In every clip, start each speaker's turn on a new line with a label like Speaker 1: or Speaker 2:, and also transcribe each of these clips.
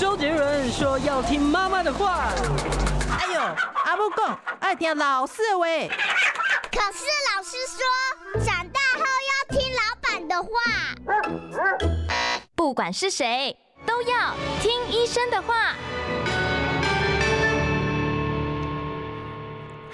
Speaker 1: 周杰伦说要听妈妈的话。
Speaker 2: 哎呦，阿母讲爱听老师的话。
Speaker 3: 可是老师说，长大后要听老板的话。
Speaker 4: 不管是谁，都要听医生的话。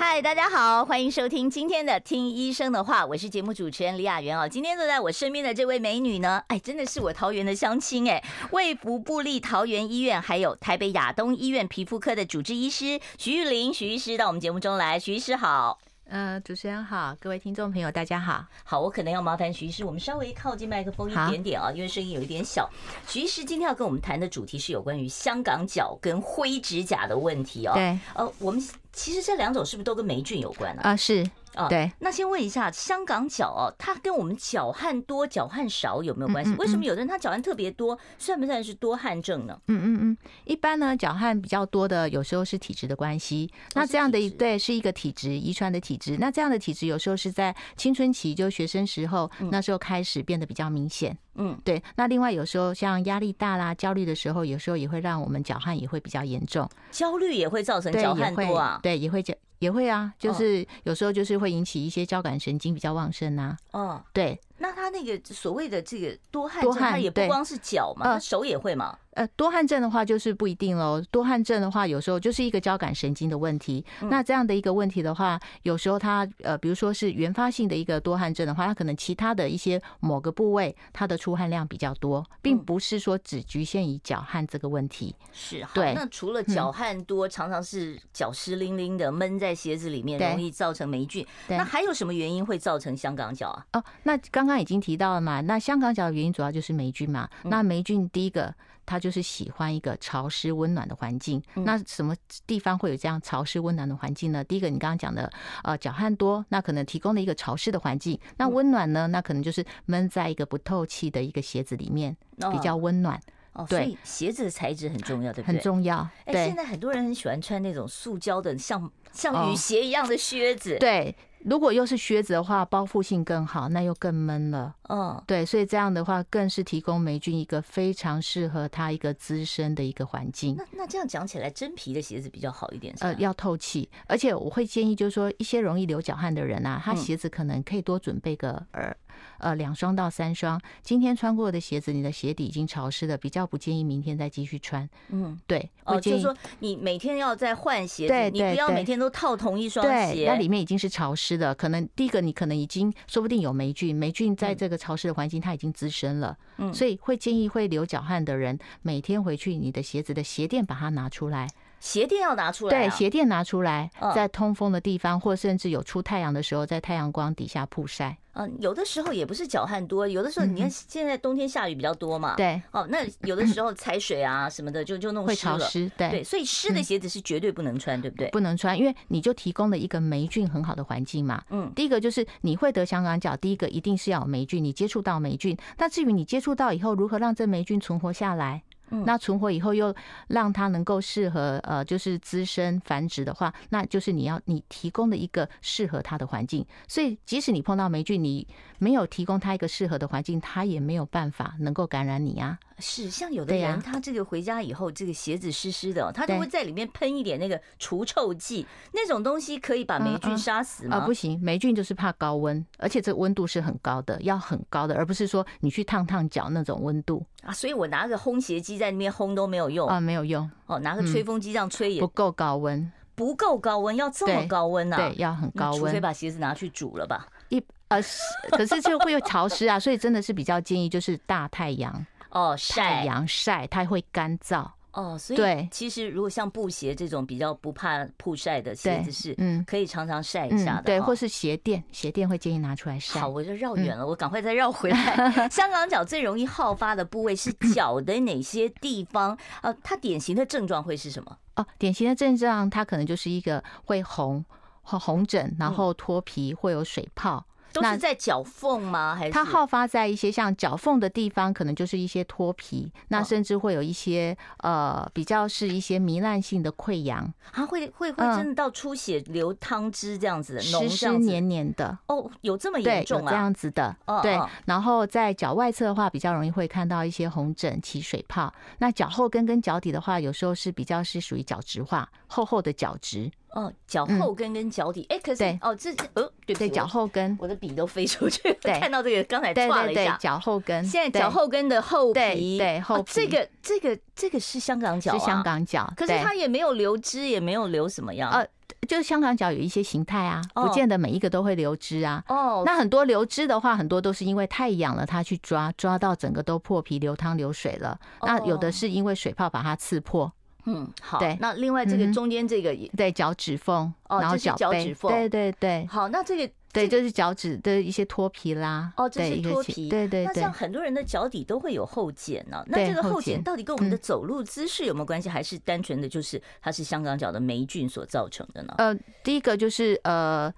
Speaker 4: 嗨，大家好，欢迎收听今天的《听医生的话》，我是节目主持人李雅媛哦。今天坐在我身边的这位美女呢，哎，真的是我桃园的乡亲哎，卫福部立桃园医院还有台北亚东医院皮肤科的主治医师徐玉玲，徐医师到我们节目中来，徐医师好。
Speaker 2: 呃，主持人好，各位听众朋友，大家好。
Speaker 4: 好，我可能要麻烦徐医师，我们稍微靠近麦克风一
Speaker 2: 好
Speaker 4: 点点啊，因为声音有一点小。徐医师今天要跟我们谈的主题是有关于香港脚跟灰指甲的问题哦。，
Speaker 2: 对，
Speaker 4: 呃，我们其实这两种是不是都跟霉菌有关呢、
Speaker 2: 啊、是，
Speaker 4: 啊
Speaker 2: 对，
Speaker 4: 那先问一下，香港脚哦，它跟我们脚汗多、脚汗少有没有关系？
Speaker 2: 嗯嗯嗯
Speaker 4: 为什么有的人他脚汗特别多，算不算是多汗症呢？
Speaker 2: 嗯嗯嗯，一般呢，脚汗比较多的，有时候是体质的关系。那
Speaker 4: 哦是
Speaker 2: 这样的
Speaker 4: 体
Speaker 2: 一
Speaker 4: 质
Speaker 2: 对是一个体质遗传的体质。那这样的体质有时候是在青春期，就学生时候，那时候开始变得比较明显。
Speaker 4: 嗯，
Speaker 2: 对。那另外有时候像压力大啦、焦虑的时候，有时候也会让我们脚汗也会比较严重。
Speaker 4: 焦虑也会造成
Speaker 2: 对，
Speaker 4: 脚
Speaker 2: 也
Speaker 4: 汗
Speaker 2: 会
Speaker 4: 多啊。
Speaker 2: 对，也会脚也会啊，就
Speaker 4: 哦
Speaker 2: 是有时候就是会引起一些交感神经比较旺盛啊。
Speaker 4: 哦，
Speaker 2: 对，
Speaker 4: 那他那个所谓的这个多汗
Speaker 2: 多
Speaker 4: 症，它
Speaker 2: 汗
Speaker 4: 也不
Speaker 2: 对
Speaker 4: 光是脚嘛，
Speaker 2: 呃
Speaker 4: 他手也会嘛。
Speaker 2: 呃，多汗症的话就是不一定喽。多汗症的话，有时候就是一个交感神经的问题。那这样的一个问题的话，有时候它呃，比如说是原发性的一个多汗症的话，它可能其他的一些某个部位它的出汗量比较多，并
Speaker 4: 嗯
Speaker 2: 不是说只局限于脚汗这个问题。
Speaker 4: 是，好
Speaker 2: 对嗯
Speaker 4: 那除了脚汗多，常常是脚湿淋淋的，闷在鞋子里面，
Speaker 2: 对
Speaker 4: 容易造成霉菌。
Speaker 2: 对
Speaker 4: 那还有什么原因会造成香港脚啊？
Speaker 2: 哦，那刚刚已经提到了嘛，那香港脚的原因主要就是霉菌嘛。
Speaker 4: 嗯
Speaker 2: 那霉菌第一个，它就是喜欢一个潮湿温暖的环境。
Speaker 4: 嗯
Speaker 2: 那什么地方会有这样潮湿温暖的环境呢？第一个，你刚刚讲的，呃，脚汗多，那可能提供了一个潮湿的环境。那
Speaker 4: 嗯
Speaker 2: 温暖呢，那可能就是闷在一个不透气的一个鞋子里面，
Speaker 4: 哦
Speaker 2: 比较温暖，
Speaker 4: 哦，所
Speaker 2: 对
Speaker 4: 以鞋子的材质很重要，对不
Speaker 2: 很
Speaker 4: 对？
Speaker 2: 重要。
Speaker 4: 哎、
Speaker 2: 对
Speaker 4: 现，在很多人很喜欢穿那种塑胶的，像像
Speaker 2: 哦
Speaker 4: 雨鞋一样的靴子。，
Speaker 2: 对。如果又是靴子的话，包覆性更好，那又更闷了。
Speaker 4: 嗯，
Speaker 2: 对，所以这样的话，更是提供霉菌一个非常适合它一个滋生的一个环境。
Speaker 4: 那那这样讲起来，真皮的鞋子比较好一点是吧。啊
Speaker 2: 呃，要透气，而且我会建议，就是说一些容易流脚汗的人啊，他
Speaker 4: 嗯
Speaker 2: 鞋子可能可以多准备个呃呃两双到三双。今天穿过的鞋子，你的鞋底已经潮湿了，比较不建议明天再继续穿。
Speaker 4: 嗯，
Speaker 2: 对，
Speaker 4: 哦，
Speaker 2: 会
Speaker 4: 就
Speaker 2: 建
Speaker 4: 是
Speaker 2: 议
Speaker 4: 说你每天要再换鞋子，
Speaker 2: 对
Speaker 4: 你
Speaker 2: 对
Speaker 4: 不要
Speaker 2: 对
Speaker 4: 每天都套同一双
Speaker 2: 对，
Speaker 4: 鞋。
Speaker 2: 那里面已经是潮湿的，可能第一个你可能已经说不定有霉菌，霉菌在这个潮湿的环境它已经滋生了，
Speaker 4: 嗯
Speaker 2: 所以会建议会流脚汗的人每天回去你的鞋子的鞋垫把它拿出来，
Speaker 4: 鞋垫要拿出来、啊。
Speaker 2: 对，鞋垫拿出来
Speaker 4: 嗯，
Speaker 2: 在通风的地方或甚至有出太阳的时候，在太阳光底下曝晒，
Speaker 4: 嗯，有的时候也不是脚汗多，有的时候你看现在冬天下雨比较多嘛，
Speaker 2: 嗯对，
Speaker 4: 哦，那有的时候踩水啊什么的就就弄
Speaker 2: 会
Speaker 4: 湿了
Speaker 2: 潮，湿，
Speaker 4: 对，
Speaker 2: 对。嗯
Speaker 4: 所以湿的鞋子是绝对不能穿，对不对？
Speaker 2: 不能穿，因为你就提供了一个霉菌很好的环境嘛。
Speaker 4: 嗯
Speaker 2: 第一个就是你会得香港脚，第一个一定是要有霉菌，你接触到霉菌。那至于你接触到以后如何让这霉菌存活下来，
Speaker 4: 嗯
Speaker 2: 那存活以后又让它能够适合呃就是滋生繁殖的话，那就是你要你提供的一个适合它的环境。所以即使你碰到霉菌，你没有提供它一个适合的环境，它也没有办法能够感染你啊。
Speaker 4: 是，像有的
Speaker 2: 对呀
Speaker 4: 人他这个回家以后，这个鞋子湿湿的哦，他就
Speaker 2: 对
Speaker 4: 会在里面喷一点那个除臭剂，那种东西可以把霉菌
Speaker 2: 嗯嗯
Speaker 4: 杀死
Speaker 2: 啊、
Speaker 4: 吗
Speaker 2: 不？行，霉菌就是怕高温，而且这温度是很高的，要很高的，而不是说你去烫烫脚那种温度
Speaker 4: 啊，所以我拿个烘鞋机在那边烘都没有用
Speaker 2: 啊、没有用，
Speaker 4: 哦，拿个吹风机这样吹也
Speaker 2: 不够高温，
Speaker 4: 不够高温，要这么
Speaker 2: 对
Speaker 4: 高温呐、
Speaker 2: 对，要很
Speaker 4: 那
Speaker 2: 高
Speaker 4: 除非
Speaker 2: 温。
Speaker 4: 把鞋子拿去煮了吧。
Speaker 2: 一呃，是可是就会有潮湿啊，所以真的是比较建议就是大太阳，
Speaker 4: 哦，
Speaker 2: 太
Speaker 4: 晒
Speaker 2: 阳晒它会干燥，
Speaker 4: 哦，所以
Speaker 2: 对
Speaker 4: 其实如果像布鞋这种比较不怕曝晒的鞋子
Speaker 2: 对
Speaker 4: 是，
Speaker 2: 嗯
Speaker 4: 可以常常晒一下的、
Speaker 2: 嗯，对，
Speaker 4: 哦
Speaker 2: 或是鞋垫，鞋垫会建议拿出来晒嗯
Speaker 4: 好，。我就绕远了，我赶快再绕回来。 香港脚最容易好发的部位 是脚的哪些地方？呃，它典型的症状会是什么？
Speaker 2: 哦，典型的症
Speaker 4: 嗯
Speaker 2: 状它可能就是一个会红。红红疹，然后脱皮，会有水泡，
Speaker 4: 都
Speaker 2: 那
Speaker 4: 是在脚缝吗？还是
Speaker 2: 它好发在一些像脚缝的地方，可能就是一些脱皮，那
Speaker 4: 哦
Speaker 2: 甚至会有一些呃比较是一些糜烂性的溃疡，
Speaker 4: 啊会会会
Speaker 2: 嗯
Speaker 4: 真的到出血流汤汁这样子，脓
Speaker 2: 湿
Speaker 4: 这
Speaker 2: 湿
Speaker 4: 样子
Speaker 2: 黏黏的。
Speaker 4: 哦，有这么
Speaker 2: 对
Speaker 4: 严，
Speaker 2: 有
Speaker 4: 重
Speaker 2: 这
Speaker 4: 啊？
Speaker 2: 样子的
Speaker 4: 嗯，
Speaker 2: 对
Speaker 4: 嗯。
Speaker 2: 然后在脚外侧的话，比较容易会看到一些红疹、起水泡。那脚后跟跟脚底的话，有时候是比较是属于角质化，厚厚的角质，
Speaker 4: 哦，脚后跟跟脚底，哎，可是
Speaker 2: 嗯对
Speaker 4: 哦，这是呃，对不
Speaker 2: 对，
Speaker 4: 起，
Speaker 2: 脚
Speaker 4: 我
Speaker 2: 后跟，
Speaker 4: 我的笔都飞出去，
Speaker 2: 对
Speaker 4: 看到这个刚才
Speaker 2: 对
Speaker 4: 歘了
Speaker 2: 对
Speaker 4: 一
Speaker 2: 对
Speaker 4: 下，。
Speaker 2: 脚后跟，
Speaker 4: 现在
Speaker 2: 对
Speaker 4: 脚后跟的后皮，
Speaker 2: 对对
Speaker 4: 哦
Speaker 2: 后皮
Speaker 4: 这个这个这个是香港脚、啊，
Speaker 2: 是香，港脚，
Speaker 4: 可是
Speaker 2: 对
Speaker 4: 它也没有流汁，也没有流什么样，
Speaker 2: 呃就是香港脚有一些形态啊，
Speaker 4: 哦
Speaker 2: 不见得每一个都会流汁啊。
Speaker 4: 哦，
Speaker 2: 那很多流汁的话，很多都是因为太痒了，它去抓，抓到整个都破皮、流汤、流水了。那有
Speaker 4: 哦
Speaker 2: 的是因为水泡把它刺破，
Speaker 4: 嗯，好，
Speaker 2: 对
Speaker 4: 那另外这
Speaker 2: 嗯
Speaker 4: 个
Speaker 2: 哼
Speaker 4: 中间这个也、
Speaker 2: 对脚趾缝，
Speaker 4: 哦
Speaker 2: 然后
Speaker 4: 这是脚
Speaker 2: 背
Speaker 4: 趾缝
Speaker 2: 对对对
Speaker 4: 好，那这个
Speaker 2: 对，就是脚趾的一些脱皮啦。
Speaker 4: 哦这
Speaker 2: 对
Speaker 4: 是
Speaker 2: 一个
Speaker 4: 脱
Speaker 2: 情
Speaker 4: 皮
Speaker 2: 对对
Speaker 4: 那
Speaker 2: 对
Speaker 4: 像。很多人的脚底都会有后茧呢、那
Speaker 2: 对
Speaker 4: 这个
Speaker 2: 后
Speaker 4: 后茧
Speaker 2: 茧
Speaker 4: 到底跟我们的
Speaker 2: 嗯
Speaker 4: 走路姿势有没有关系，还是单纯的就是它是香港脚的霉菌所造成的呢？
Speaker 2: 呃，第一个就是呃。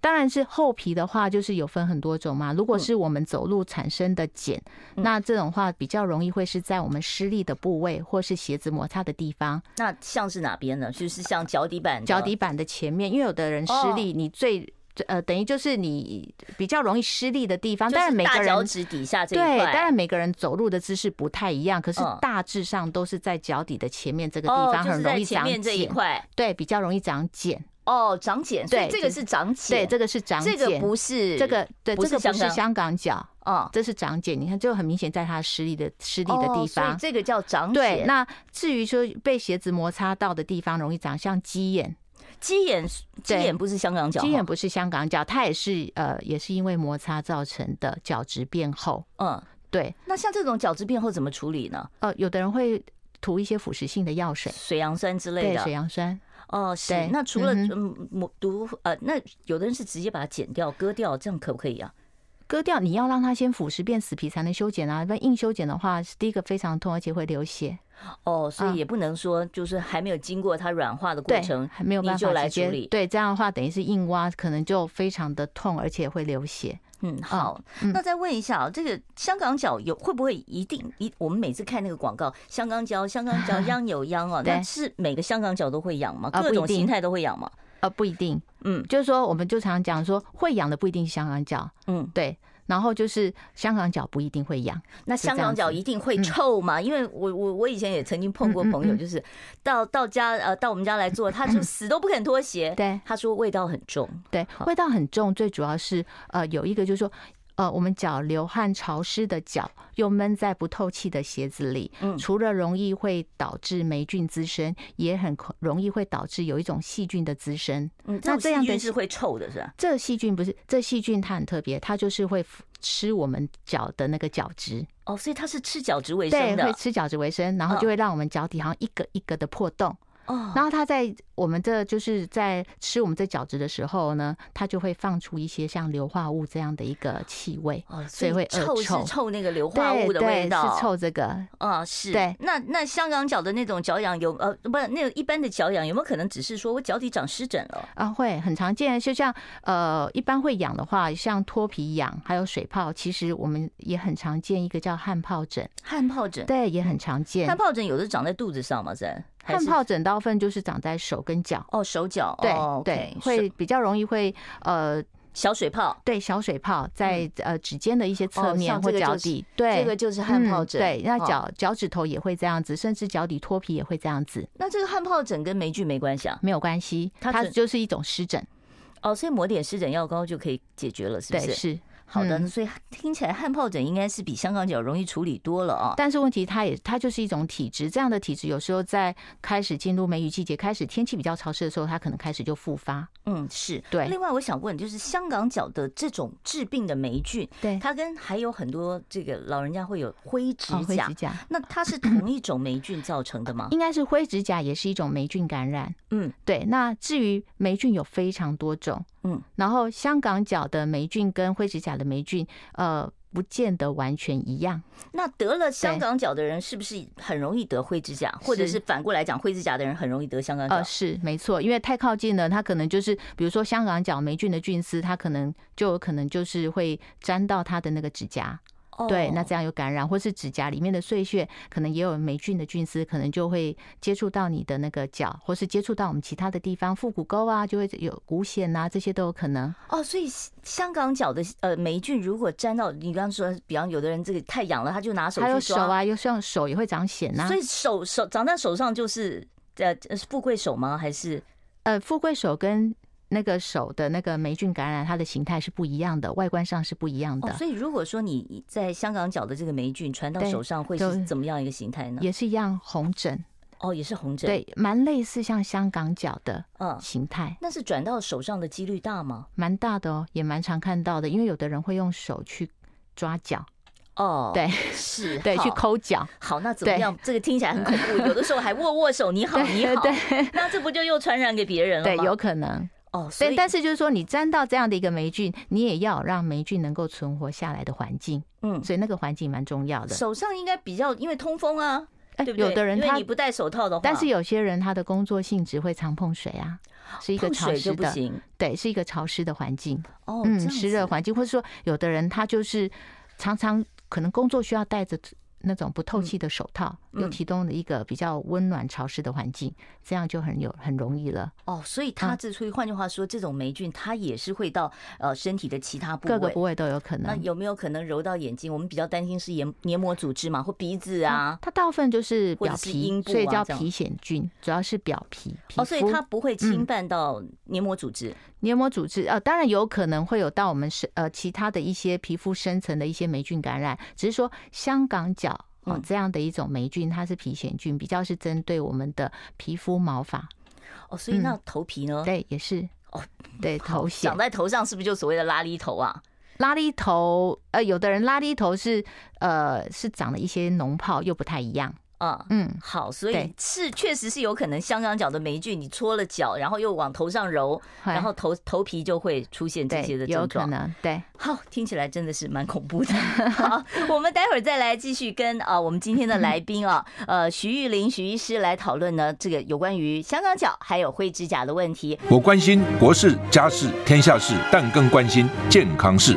Speaker 2: 当然是厚皮的话，就是有分很多种嘛。如果是我们走路产生的茧，
Speaker 4: 嗯
Speaker 2: 那这种话比较容易会是在我们施力的部位，或是鞋子摩擦的地方，
Speaker 4: 那像是哪边呢？就是像脚底板的，
Speaker 2: 脚底板的前面。因为有的人
Speaker 4: 哦
Speaker 2: 施力，你最呃等于就是你比较容易施力的地方。
Speaker 4: 就
Speaker 2: 当然
Speaker 4: 是
Speaker 2: 每
Speaker 4: 大
Speaker 2: 个
Speaker 4: 脚
Speaker 2: 人
Speaker 4: 趾底下这一
Speaker 2: 对，
Speaker 4: 块，
Speaker 2: 当然每个人走路的姿势不太一样，可是
Speaker 4: 嗯
Speaker 2: 大致上都是在脚底的前面这个地
Speaker 4: 哦，
Speaker 2: 方
Speaker 4: 就是
Speaker 2: 很容
Speaker 4: 在
Speaker 2: 易
Speaker 4: 前
Speaker 2: 长
Speaker 4: 面这一
Speaker 2: 茧，
Speaker 4: 块，
Speaker 2: 对，比较容易长茧。
Speaker 4: 哦，长茧，所以
Speaker 2: 对
Speaker 4: 这个
Speaker 2: 就是
Speaker 4: 长茧，
Speaker 2: 对，这个是长
Speaker 4: 这
Speaker 2: 茧，
Speaker 4: 个不是
Speaker 2: 这个对，
Speaker 4: 不
Speaker 2: 这
Speaker 4: 是
Speaker 2: 个不
Speaker 4: 香
Speaker 2: 是
Speaker 4: 港
Speaker 2: 香港脚，
Speaker 4: 哦
Speaker 2: 这是长茧。你看，就很明显在它失力的失力的
Speaker 4: 哦所
Speaker 2: 地
Speaker 4: 以
Speaker 2: 方。
Speaker 4: 这个叫长
Speaker 2: 对，
Speaker 4: 茧。
Speaker 2: 那至于说被鞋子摩擦到的地方容易长，像鸡眼，
Speaker 4: 鸡眼，鸡
Speaker 2: 对
Speaker 4: 眼不是香港脚哈，
Speaker 2: 鸡眼不是香港脚，它也是呃，也是因为摩擦造成的角质变厚。
Speaker 4: 嗯，
Speaker 2: 对，
Speaker 4: 那像这种角质变厚怎么处理呢？
Speaker 2: 呃，有的人会涂一些腐蚀性的药水，
Speaker 4: 水杨酸之类
Speaker 2: 对，
Speaker 4: 的
Speaker 2: 水。杨酸，
Speaker 4: 哦，是
Speaker 2: 对。
Speaker 4: 那除了
Speaker 2: 嗯
Speaker 4: 嗯抹毒呃，那有的人是直接把它剪掉、割掉，这样可不可以啊？
Speaker 2: 割掉你要让它先腐蚀变死皮才能修剪啊，不然硬修剪的话，第一个非常痛，而且会流血。
Speaker 4: 哦，所以
Speaker 2: 嗯
Speaker 4: 也不能说就是还没有经过它软化的过
Speaker 2: 对，
Speaker 4: 程，
Speaker 2: 还没有
Speaker 4: 你
Speaker 2: 办
Speaker 4: 就
Speaker 2: 法
Speaker 4: 来
Speaker 2: 直接
Speaker 4: 处理
Speaker 2: 对，这样的话等于是硬挖，可能就非常的痛，而且会流血。
Speaker 4: 嗯，好，那再问一下啊，这个香港脚有会不会一定一？我们每次看那个广告，香港脚，香港 脚殃有殃哦，
Speaker 2: 对
Speaker 4: 那是每个香港脚都会痒吗？
Speaker 2: 啊
Speaker 4: 各
Speaker 2: 不一
Speaker 4: 种形
Speaker 2: 定
Speaker 4: 态都会痒吗？
Speaker 2: 呃，不一定，
Speaker 4: 嗯
Speaker 2: 就是说我们就常讲说会痒的不一定是香港脚，
Speaker 4: 嗯，
Speaker 2: 对。然后就是香港脚不一定会痒，
Speaker 4: 那
Speaker 2: 是这
Speaker 4: 香港
Speaker 2: 样
Speaker 4: 脚
Speaker 2: 子嗯
Speaker 4: 一定会臭吗？因为我我我以前也曾经碰过朋友，
Speaker 2: 嗯嗯嗯嗯
Speaker 4: 就是到到家呃到我们家来做，他就死都不肯脱鞋，
Speaker 2: 对
Speaker 4: 他说味道很重，
Speaker 2: 对，味道很重，最主要是呃有一个就是说。呃，我们脚流汗潮湿的脚，又闷在不透气的鞋子里，
Speaker 4: 嗯
Speaker 2: 除了容易会导致霉菌滋生，也很可容易会导致有一种细菌的滋生。
Speaker 4: 嗯，
Speaker 2: 那
Speaker 4: 种
Speaker 2: 这
Speaker 4: 细
Speaker 2: 样
Speaker 4: 菌
Speaker 2: 的
Speaker 4: 是会臭的，是吧？
Speaker 2: 这细菌不是这细菌，它很特别，它就是会腐吃我们脚的那个角质，
Speaker 4: 哦，所以它是吃角质为
Speaker 2: 对，
Speaker 4: 生
Speaker 2: 会
Speaker 4: 的嗯
Speaker 2: 吃角质为生，然后就会让我们脚底好像一个一个的破洞。
Speaker 4: 哦，
Speaker 2: 然后它在我们这就是在吃我们这角质的时候呢，它就会放出一些像硫化物这样的一个气味，
Speaker 4: 哦，
Speaker 2: 所以会
Speaker 4: 臭
Speaker 2: 恶
Speaker 4: 是
Speaker 2: 臭。
Speaker 4: 臭那个硫化
Speaker 2: 对
Speaker 4: 物的味
Speaker 2: 对，
Speaker 4: 道，
Speaker 2: 是臭这个。
Speaker 4: 啊，是。
Speaker 2: 对
Speaker 4: 那那香港脚的那种脚痒有呃，不，那个一般的脚痒有没有可能只是说我脚底长湿疹了？
Speaker 2: 啊，会很常见，就像呃，一般会痒的话，像脱皮痒，还有水泡，其实我们也很常见一个叫汗疱疹，
Speaker 4: 汗疱疹，
Speaker 2: 对，也很常见
Speaker 4: 汗。疱疹有的长在肚子上嘛，在还
Speaker 2: 汗
Speaker 4: 是
Speaker 2: 疱疹大部分就是长在手跟脚，
Speaker 4: 哦手脚，
Speaker 2: 对、
Speaker 4: 哦
Speaker 2: 对
Speaker 4: OK，，
Speaker 2: 会比较容易会呃，
Speaker 4: 小水泡。
Speaker 2: 对小水泡在、呃指尖的一些
Speaker 4: 嗯哦
Speaker 2: 侧
Speaker 4: 像
Speaker 2: 面
Speaker 4: 这
Speaker 2: 或
Speaker 4: 个
Speaker 2: 脚
Speaker 4: 就是
Speaker 2: 底，对，
Speaker 4: 这个就是汗疱疹
Speaker 2: 嗯对，那
Speaker 4: 哦
Speaker 2: 脚脚趾头也会这样子，甚至脚底脱皮也会这样子，
Speaker 4: 那这个汗疱疹跟霉菌没关系啊？
Speaker 2: 没有关系，
Speaker 4: 它
Speaker 2: 它
Speaker 4: 只
Speaker 2: 就是一种湿疹，
Speaker 4: 哦，所以抹点湿疹药膏就可以解决了，是不
Speaker 2: 对
Speaker 4: 是？
Speaker 2: 是。
Speaker 4: 好的，
Speaker 2: 嗯
Speaker 4: 所以听起来汗疱疹应该是比香港脚容易处理多了啊。
Speaker 2: 但是问题，它也它就是一种体质，这样的体质有时候在开始进入梅雨季节，开始天气比较潮湿的时候，它可能开始就复发。
Speaker 4: 嗯，是
Speaker 2: 对
Speaker 4: 另外，我想问，就是香港脚的这种治病的霉菌，
Speaker 2: 对
Speaker 4: 它跟还有很多这个老人家会有灰指
Speaker 2: 哦，灰
Speaker 4: 甲，嗯
Speaker 2: 指甲嗯
Speaker 4: 那它是同一种霉菌造成的吗？
Speaker 2: 应该是灰指甲也是一种霉菌感染。
Speaker 4: 嗯，
Speaker 2: 对，那至于霉菌有非常多种，
Speaker 4: 嗯，
Speaker 2: 然后香港脚的霉菌跟灰指甲的霉菌，呃，不见得完全一样。
Speaker 4: 那得了香港脚的人是不是很容易得灰指甲，或者是反过来讲，灰指甲的人很容易得香港脚
Speaker 2: 呃，？是没错，因为太靠近了，它可能就是，比如说香港脚霉菌的菌丝，它可能就有可能就是会沾到它的那个指甲，
Speaker 4: 哦
Speaker 2: 对，那这样有感染，或是指甲里面的碎屑，可能也有霉菌的菌丝，可能就会接触到你的那个脚，或是接触到我们其他的地方，腹股沟啊，就会有骨癣啊，这些都有可能。
Speaker 4: 哦，所以香香港脚的呃霉菌如果沾到你刚刚说，比方有的人这个太痒了，他就拿手
Speaker 2: 还有
Speaker 4: 去
Speaker 2: 手
Speaker 4: 抓，
Speaker 2: 啊，有像手也会长癣啊呐、
Speaker 4: 所以手手长在手上就是呃是富贵手吗？还是
Speaker 2: 呃，富贵手跟那个手的那个霉菌感染，它的形态是不一样的，外观上是不一样的。
Speaker 4: 哦？所以如果说你在香港脚的这个霉菌传到
Speaker 2: 对
Speaker 4: 手上，会是
Speaker 2: 就
Speaker 4: 怎么样一个形态呢？
Speaker 2: 也是一样红疹，
Speaker 4: 哦，也是红疹。，
Speaker 2: 对，蛮类似像香港脚的
Speaker 4: 嗯，
Speaker 2: 形态，
Speaker 4: 那是转到手上的几率大吗？
Speaker 2: 蛮大的哦，也蛮常看到的。因为有的人会用手去抓脚，
Speaker 4: 哦，，
Speaker 2: 对
Speaker 4: 是，
Speaker 2: 对，去
Speaker 4: 好。
Speaker 2: 抠脚，
Speaker 4: 好，那怎么
Speaker 2: 对
Speaker 4: 样？这个听起来很恐怖，有的时候还握握手，你好，你
Speaker 2: 对
Speaker 4: 好，
Speaker 2: 对
Speaker 4: 那这不就又传染给别人了
Speaker 2: 对，
Speaker 4: 吗？
Speaker 2: 有可能。
Speaker 4: 哦，所
Speaker 2: 但
Speaker 4: 以
Speaker 2: 但是就是说，你沾到这样的一个霉菌，你也要让霉菌能够存活下来的环境，
Speaker 4: 嗯，
Speaker 2: 所以那个环境蛮重要的。
Speaker 4: 手上应该比较因为通风啊，
Speaker 2: 哎
Speaker 4: 对不对？
Speaker 2: 有的人
Speaker 4: 因为
Speaker 2: 他
Speaker 4: 你不戴手套的话，
Speaker 2: 但是有些人他的工作性质会常碰水啊，是一个
Speaker 4: 碰
Speaker 2: 潮
Speaker 4: 水
Speaker 2: 湿
Speaker 4: 就不
Speaker 2: 的，
Speaker 4: 行
Speaker 2: 对，是一个潮湿的环境，
Speaker 4: 哦，这
Speaker 2: 嗯，
Speaker 4: 样
Speaker 2: 湿热
Speaker 4: 子
Speaker 2: 环境，或者说有的人他就是常常可能工作需要戴着那种不透气的手套，又
Speaker 4: 嗯
Speaker 2: 提供了一个比较温暖潮湿的环境，这样就很有很容易了，
Speaker 4: 哦，所以它
Speaker 2: 嗯
Speaker 4: 这所以换句话说，这种霉菌它也是会到呃身体的其他部
Speaker 2: 各个
Speaker 4: 位。
Speaker 2: 部位都有可
Speaker 4: 那
Speaker 2: 能。
Speaker 4: 有没有可能揉到眼睛？我们比较担心是黏黏膜组织嘛，或鼻子啊。
Speaker 2: 它大部分就是
Speaker 4: 或者
Speaker 2: 表
Speaker 4: 是
Speaker 2: 皮，
Speaker 4: 阴部
Speaker 2: 所以
Speaker 4: 啊
Speaker 2: 叫
Speaker 4: 这样
Speaker 2: 皮癣菌，主要是表皮皮肤。嗯
Speaker 4: 哦，所以它不会侵犯到黏膜组织。
Speaker 2: 黏膜组织，呃，当然有可能会有到我们是呃其他的一些皮肤深层的一些霉菌感染，只是说香港脚。哦
Speaker 4: 嗯，
Speaker 2: 这样的一种霉菌，它是皮癣菌，比较是针对我们的皮肤毛发，
Speaker 4: 哦，所以
Speaker 2: 嗯
Speaker 4: 那头皮呢？
Speaker 2: 对，也是
Speaker 4: 哦，
Speaker 2: 对，头
Speaker 4: 长
Speaker 2: 癣、
Speaker 4: 在头上是不是就所谓的拉力头啊？
Speaker 2: 拉力头，呃，有的人拉力头是呃是长了一些脓泡，又不太一样，
Speaker 4: 啊、
Speaker 2: 嗯，
Speaker 4: 好，所以
Speaker 2: 对
Speaker 4: 是确实是有可能香港脚的霉菌，你搓了脚，然后又往头上揉，
Speaker 2: 会
Speaker 4: 然后头头皮就会出现这
Speaker 2: 对
Speaker 4: 些的，症
Speaker 2: 有可
Speaker 4: 状。
Speaker 2: 能，对，
Speaker 4: 好，听起来真的是蛮恐怖的。 好，我们待会儿再来继续跟啊、呃我们今天的来宾啊， 呃，徐玉玲徐医师来讨论呢这个有关于香港脚还有灰指甲的问题。
Speaker 5: 我关心国事、家事、天下事，但更关心健康事。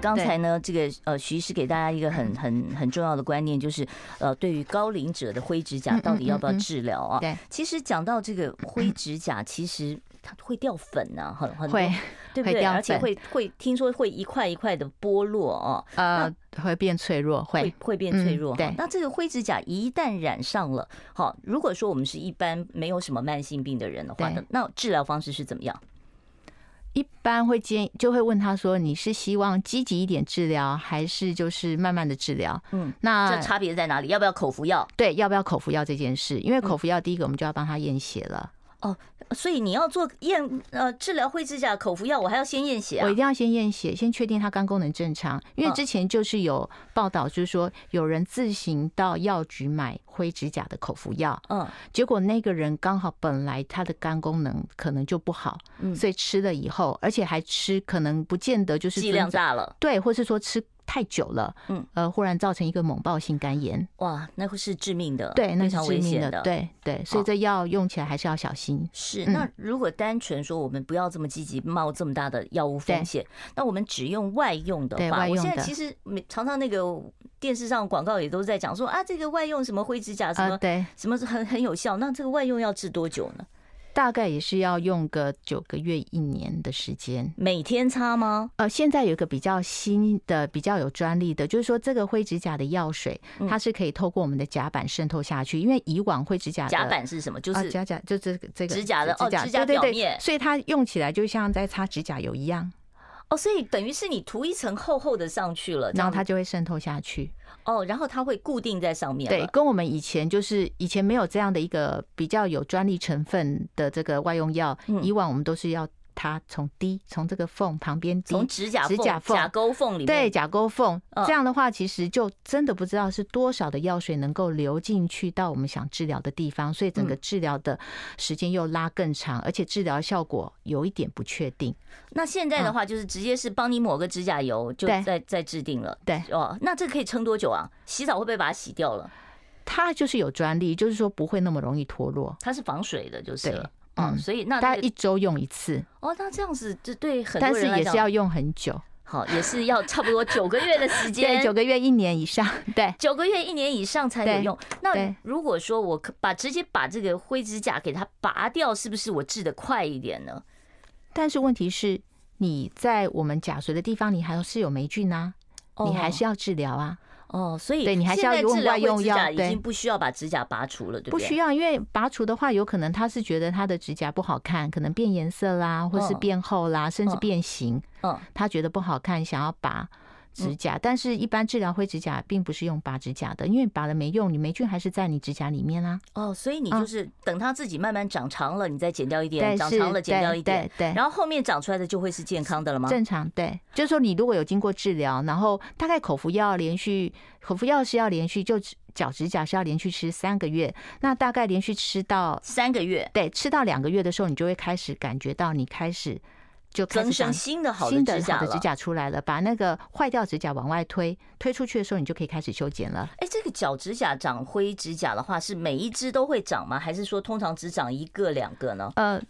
Speaker 4: 刚才呢，这个呃，徐医师给大家一个很很很重要的观念，就是呃，对于高龄者的灰指甲
Speaker 2: 嗯嗯
Speaker 4: 到底要不要
Speaker 2: 嗯嗯
Speaker 4: 治疗啊？
Speaker 2: 对，
Speaker 4: 其实讲到这个灰指甲，其实它会掉粉呐、很很多
Speaker 2: 会，
Speaker 4: 对不
Speaker 2: 会
Speaker 4: 对？
Speaker 2: 掉
Speaker 4: 而且
Speaker 2: 粉
Speaker 4: 会会听说会一块一块的剥落哦，
Speaker 2: 呃，会变脆弱，会
Speaker 4: 会，会变脆
Speaker 2: 嗯
Speaker 4: 弱哈。
Speaker 2: 对
Speaker 4: 那这个灰指甲一旦染上了，好，如果说我们是一般没有什么慢性病的人的话，
Speaker 2: 对
Speaker 4: 那那治疗方式是怎么样？
Speaker 2: 一般会建议就会问他说：“你是希望积极一点治疗，还是就是慢慢的治疗
Speaker 4: 嗯，？”这
Speaker 2: 那
Speaker 4: 差别在哪里？要不要口服药？
Speaker 2: 对要不要口服药这件事？因为
Speaker 4: 嗯
Speaker 2: 口服药第一个我们就要帮他验血了，
Speaker 4: 所以你要做验呃治疗灰指甲口服药，我还要先验血啊
Speaker 2: 我一。定要先验血，先确定他肝功能正常。因为
Speaker 4: 嗯
Speaker 2: 之前就是有报道，就是说有人自行到药局买灰指甲的口服药，
Speaker 4: 嗯，
Speaker 2: 结果那个人刚好本来他的肝功能可能就不好
Speaker 4: 嗯，
Speaker 2: 所以吃了以后，而且还吃可能不见得就是
Speaker 4: 剂量
Speaker 2: 遵照
Speaker 4: 大了，
Speaker 2: 对，或是说吃太久了，
Speaker 4: 嗯，
Speaker 2: 呃，忽然造成一个猛暴性肝炎，
Speaker 4: 哇，那会是致命的，
Speaker 2: 对，那
Speaker 4: 非
Speaker 2: 是
Speaker 4: 常
Speaker 2: 致
Speaker 4: 危
Speaker 2: 命
Speaker 4: 险
Speaker 2: 的，
Speaker 4: 的。，
Speaker 2: 对对，所以这药用起来还是要小心。
Speaker 4: 是。
Speaker 2: 嗯
Speaker 4: 那如果单纯说我们不要这么积极冒这么大的药物风险，那我们只用外用的
Speaker 2: 对
Speaker 4: 话，
Speaker 2: 外
Speaker 4: 我
Speaker 2: 用
Speaker 4: 现在
Speaker 2: 的
Speaker 4: 其实每常常那个电视上广告也都在讲说啊，这个外用什么灰指甲什
Speaker 2: 啊、
Speaker 4: 么
Speaker 2: 对，
Speaker 4: 什么是很很有效？那这个外用要治多久呢？
Speaker 2: 大概也是要用个九个月、一年的时间。
Speaker 4: 每天擦吗？
Speaker 2: 呃，现在有一个比较新的、比较有专利的，就是说这个灰指甲的药水，
Speaker 4: 嗯
Speaker 2: 它是可以透过我们的甲板渗透下去，因为以往灰指甲的
Speaker 4: 甲板是什么？就
Speaker 2: 啊，
Speaker 4: 是
Speaker 2: 甲甲就这个这个
Speaker 4: 指甲的哦指甲
Speaker 2: 对
Speaker 4: 表
Speaker 2: 对对
Speaker 4: 面
Speaker 2: 所以它用起来就像在擦指甲油一样。
Speaker 4: 哦，所以等于是你涂一层厚厚的上去呃了，这
Speaker 2: 然
Speaker 4: 样
Speaker 2: 后它就会渗透下去。
Speaker 4: 哦，然后它会固定在上面了。
Speaker 2: 对，跟我们以前就是以前没有这样的一个比较有专利成分的这个外用药，
Speaker 4: 嗯
Speaker 2: 以往我们都是要它从滴从这个缝旁边滴
Speaker 4: 从指甲
Speaker 2: 指甲缝
Speaker 4: 甲沟缝里面，
Speaker 2: 对，甲沟缝，
Speaker 4: 嗯
Speaker 2: 这样的话，其实就真的不知道是多少的药水能够流进去到我们想治疗的地方，所以
Speaker 4: 嗯
Speaker 2: 整个治疗的时间又拉更长，而且治疗效果有一点不确定。
Speaker 4: 那现在的话就是直接是帮你抹个指甲油，就
Speaker 2: 嗯对
Speaker 4: 再再制定了。
Speaker 2: 对
Speaker 4: 哦，那这可以撑多久啊？洗澡会不会把它洗掉了？
Speaker 2: 它就是有专利，就是说不会那么容易脱落，
Speaker 4: 它是防水的，就是
Speaker 2: 对
Speaker 4: 了。嗯，
Speaker 2: 嗯
Speaker 4: 所以那
Speaker 2: 大概
Speaker 4: 这个
Speaker 2: 一周用一次，
Speaker 4: 哦，那这样子就对很多
Speaker 2: 但是
Speaker 4: 人来
Speaker 2: 也
Speaker 4: 讲
Speaker 2: 是要用很久，
Speaker 4: 好，也是要差不多九个月的时间，
Speaker 2: 对，九个月、一年 以上，对。
Speaker 4: 九个月一年以上才有
Speaker 2: 对
Speaker 4: 用。那
Speaker 2: 对
Speaker 4: 如果说我可把直接把这个灰指甲给它拔掉，是不是我治的快一点呢？
Speaker 2: 但是问题是，你在我们甲髓的地方，你还是有霉菌啊，你还是要治疗啊。
Speaker 4: 哦，所以
Speaker 2: 对你还是
Speaker 4: 现
Speaker 2: 要
Speaker 4: 在
Speaker 2: 用
Speaker 4: 治疗
Speaker 2: 外
Speaker 4: 灰
Speaker 2: 用
Speaker 4: 指甲
Speaker 2: 药
Speaker 4: 已
Speaker 2: 对
Speaker 4: 经不需要把指甲拔除了，对
Speaker 2: 不
Speaker 4: 对？
Speaker 2: 需要，因为拔除的话，有可能他是觉得他的指甲不好看，可能变颜色啦，或是
Speaker 4: 嗯
Speaker 2: 变厚啦，甚至
Speaker 4: 嗯
Speaker 2: 变形，
Speaker 4: 嗯，
Speaker 2: 他觉得不好看，想要拔指甲。但是，一般治疗灰指甲并不是用拔指甲的，因为拔了没用，你霉菌还是在你指甲里面啊。
Speaker 4: 哦，所以你
Speaker 2: 啊
Speaker 4: 就是等它自己慢慢长长了，你再剪掉一点，
Speaker 2: 但
Speaker 4: 长
Speaker 2: 是，
Speaker 4: 长了剪掉一点
Speaker 2: 对，对。对
Speaker 4: 然后后面长出来的就会是健康的了吗？
Speaker 2: 正常对，就是说你如果有经过治疗，然后大概口服药连续口服药是要连续就脚指甲是要连续吃三个月，那大概连续吃到
Speaker 4: 三个月
Speaker 2: 对吃到两个月的时候，你就会开始感觉到你开始就开始
Speaker 4: 增生
Speaker 2: 长
Speaker 4: 新的好的
Speaker 2: 新的
Speaker 4: 指
Speaker 2: 好
Speaker 4: 甲
Speaker 2: 的指
Speaker 4: 了。
Speaker 2: 甲出来了，把那个坏掉指甲往外推，推出去的时候你就可以开始修剪了。
Speaker 4: 哎，这个脚指甲长灰指甲的话，是每一只都会长吗？还是说通常只长一个两个呢？
Speaker 2: 呃，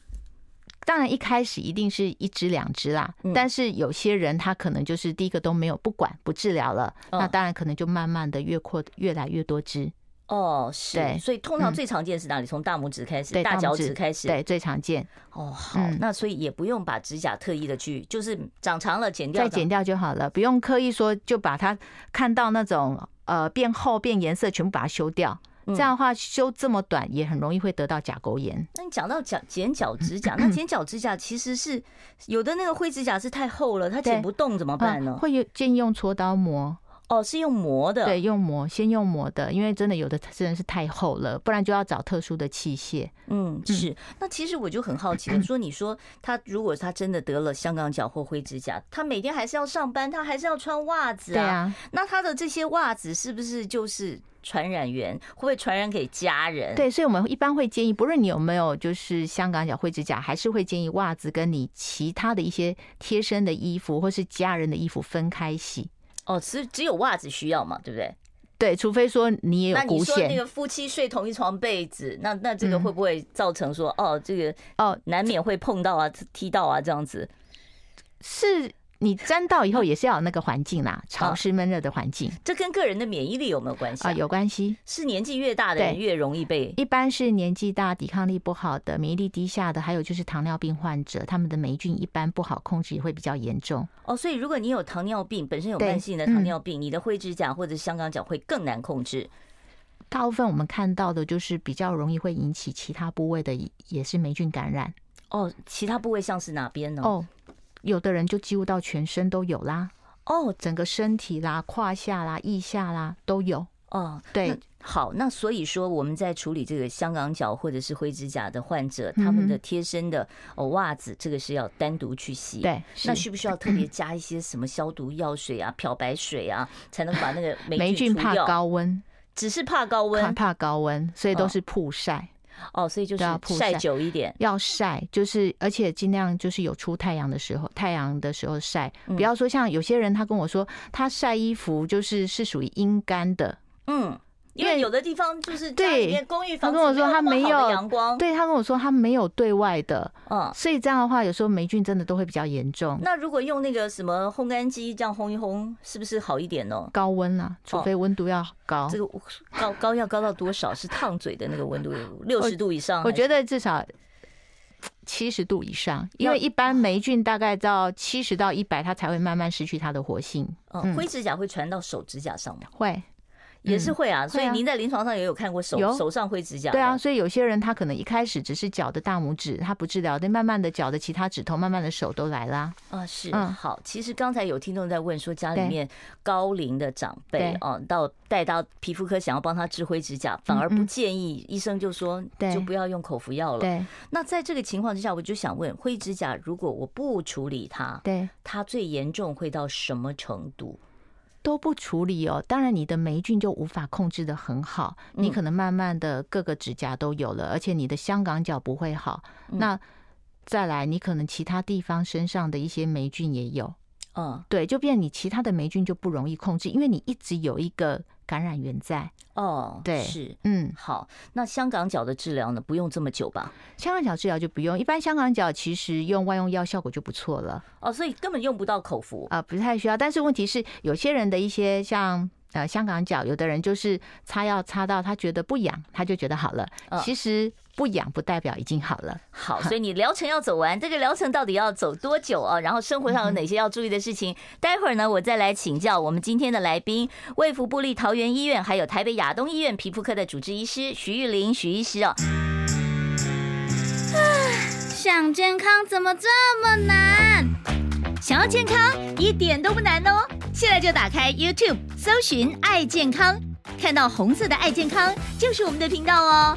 Speaker 2: 当然一开始一定是一只两只啦，
Speaker 4: 嗯
Speaker 2: 但是有些人他可能就是第一个都没有不管不治疗了，
Speaker 4: 嗯
Speaker 2: 那当然可能就慢慢的越扩越来越多只，
Speaker 4: 哦，是，
Speaker 2: 对
Speaker 4: 所以通常
Speaker 2: 嗯
Speaker 4: 最常见是哪里？从大拇指开始，
Speaker 2: 对，
Speaker 4: 大
Speaker 2: 拇
Speaker 4: 脚
Speaker 2: 指
Speaker 4: 趾开始。
Speaker 2: 对，最常见，
Speaker 4: 哦，好，
Speaker 2: 嗯
Speaker 4: 那所以也不用把指甲特意的去，就是长长了剪掉，
Speaker 2: 再剪掉就好了，不用刻意说就把它看到那种呃变厚变颜色全部把它修掉，
Speaker 4: 嗯
Speaker 2: 这样的话修这么短也很容易会得到甲沟炎。
Speaker 4: 那你讲到脚剪脚指 甲，那剪脚指甲其实是有的那个灰指甲是太厚了，它剪
Speaker 2: 对嗯
Speaker 4: 不动怎么办呢？
Speaker 2: 啊会有建议用搓刀磨，
Speaker 4: 哦，是用磨的。
Speaker 2: 对，，用磨，先用磨的，因为真的有的真的是太厚了，不然就要找特殊的器械。
Speaker 4: 嗯，是。那其实我就很 好奇了，说你说他如果他真的得了香港脚或灰指甲，他每天还是要上班，他还是要穿袜子
Speaker 2: 对
Speaker 4: 啊。
Speaker 2: 啊，
Speaker 4: 那他的这些袜子是不是就是传染源？会不会传染给家人？，
Speaker 2: 对，所以我们一般会建议，不论你有没有就是香港脚灰指甲，还是会建议袜子跟你其他的一些贴身的衣服或是家人的衣服分开洗。
Speaker 4: 哦，只只有袜子需要嘛，对不对？
Speaker 2: 对，除非说你也有
Speaker 4: 那你
Speaker 2: 骨
Speaker 4: 说那
Speaker 2: 癣
Speaker 4: 个夫妻睡同一床被子，那那这个
Speaker 2: 嗯
Speaker 4: 会不会造成说、哦，这个
Speaker 2: 哦，
Speaker 4: 难免会碰到啊、踢到啊这样子？
Speaker 2: 是你沾到以后也是要有那个环境 啦，
Speaker 4: 啊
Speaker 2: 潮湿闷热的环境
Speaker 4: 这跟个人的免疫力有没有关系
Speaker 2: 啊有关系。
Speaker 4: 是年纪越大的人
Speaker 2: 对
Speaker 4: 越容易被
Speaker 2: 一般是年纪大、抵抗力不好的、免疫力低下的，还有就是糖尿病患者，他们的霉菌一般不好控制，也会比较严重。
Speaker 4: 哦，所以如果你有糖尿病，本身有
Speaker 2: 对
Speaker 4: 慢性的糖
Speaker 2: 嗯
Speaker 4: 尿病，你的灰指甲或者香港脚会更难控制。
Speaker 2: 大部分我们看到的就是比较容易会引起其他部位的也是霉菌感染
Speaker 4: 哦，其他部位像是哪边呢？
Speaker 2: 哦。有的人就几乎到全身都有啦，
Speaker 4: 哦
Speaker 2: 整个身体啦、胯下啦、腋下啦都有。
Speaker 4: 哦，
Speaker 2: 对
Speaker 4: 那好，那所以说我们在处理这个香港脚或者是灰指甲的患者，
Speaker 2: 嗯
Speaker 4: 他们的贴身的哦袜子，这个是要单独去洗。。
Speaker 2: 对，
Speaker 4: 那需不需要特别加一些什么消毒药水啊、漂白水啊，才能把那个
Speaker 2: 霉
Speaker 4: 霉
Speaker 2: 菌
Speaker 4: 菌除
Speaker 2: 怕
Speaker 4: 掉？
Speaker 2: 高温，
Speaker 4: 只是怕高
Speaker 2: 怕
Speaker 4: 温
Speaker 2: 怕高温，嗯所以
Speaker 4: 哦
Speaker 2: 都是曝晒。
Speaker 4: 哦，所以就是
Speaker 2: 对啊曝
Speaker 4: 晒
Speaker 2: 晒
Speaker 4: 久一点。
Speaker 2: 要晒，就是而且尽量就是有出太阳的时候，太阳的时候晒，
Speaker 4: 嗯
Speaker 2: 不要说像有些人他跟我说，他晒衣服就是是属于阴干的，
Speaker 4: 嗯，因为
Speaker 2: 对
Speaker 4: 有的地方就是家
Speaker 2: 对
Speaker 4: 里面公寓
Speaker 2: 他
Speaker 4: 房子
Speaker 2: 跟我说他
Speaker 4: 没有
Speaker 2: 没
Speaker 4: 那么好
Speaker 2: 有
Speaker 4: 的阳光，
Speaker 2: 对他跟我说他没有对外的，
Speaker 4: 嗯。
Speaker 2: 所以这样的话有时候霉菌真的都会比较严重，
Speaker 4: 那如果用那个什么烘干机这样烘一烘，是不是好一点呢？
Speaker 2: 高温啦、除
Speaker 4: 哦
Speaker 2: 非温度要高，
Speaker 4: 这个高高要高到多少？是烫嘴的那个 温度，六十度以上还是？
Speaker 2: 我觉得至少。七十度以上，因
Speaker 4: 要
Speaker 2: 为一般霉菌大概到七十到一百，它才会慢慢失去它的活性。
Speaker 4: 嗯，灰指甲会传到手指甲上吗？
Speaker 2: 会，
Speaker 4: 也是会啊。所以
Speaker 2: 会啊
Speaker 4: 您在临床上也有看过手
Speaker 2: 有
Speaker 4: 手上灰指甲的，
Speaker 2: 对啊，所以有些人他可能一开始只是脚的大拇指，他不治疗，但慢慢的脚的其他指头，慢慢的手都来啦。
Speaker 4: 啊，是，
Speaker 2: 嗯
Speaker 4: 好。其实刚才有听众在问说，家里
Speaker 2: 对
Speaker 4: 面高龄的长辈
Speaker 2: 对
Speaker 4: 哦，到带到皮肤科想要帮他治灰指甲，反而不
Speaker 2: 嗯嗯
Speaker 4: 建议，医生就说
Speaker 2: 对
Speaker 4: 就不要用口服药了。
Speaker 2: 对
Speaker 4: 那在这个情况之下，我就想问，灰指甲如果我不处理它，
Speaker 2: 对，
Speaker 4: 它最严重会到什么程度？
Speaker 2: 都不处理哦，当然你的霉菌就无法控制的很好，
Speaker 4: 嗯
Speaker 2: 你可能慢慢的各个指甲都有了，而且你的香港脚不会好。
Speaker 4: 嗯
Speaker 2: 那再来，你可能其他地方身上的一些霉菌也有，
Speaker 4: 嗯，
Speaker 2: 对，就变你其他的霉菌就不容易控制，因为你一直有一个感染源在。
Speaker 4: 哦，
Speaker 2: 对
Speaker 4: 是。
Speaker 2: 嗯，
Speaker 4: 好，那香港脚的治疗呢？不用这么久吧？
Speaker 2: 香港脚治疗就不用，一般香港脚其实用外用药效果就不错了。
Speaker 4: 哦，所以根本用不到口服。
Speaker 2: 啊、不太需要。但是问题是，有些人的一些像呃香港脚，有的人就是擦药擦到他觉得不痒，他就觉得好了。
Speaker 4: 嗯
Speaker 2: 其实不痒不代表已经好了。
Speaker 4: 好，所以你疗程要走完，这个疗程到底要走多久啊？然后生活上有哪些要注意的事情？待会儿呢，我再来请教我们今天的来宾，卫福部立桃园医院还有台北亚东医院皮肤科的主治医师徐玉玲徐医师哦。
Speaker 3: 想健康怎么这么难？
Speaker 6: 想要健康一点都不难哦，现在就打开 YouTube 搜寻“爱健康”，看到红色的“爱健康”就是我们的频道哦。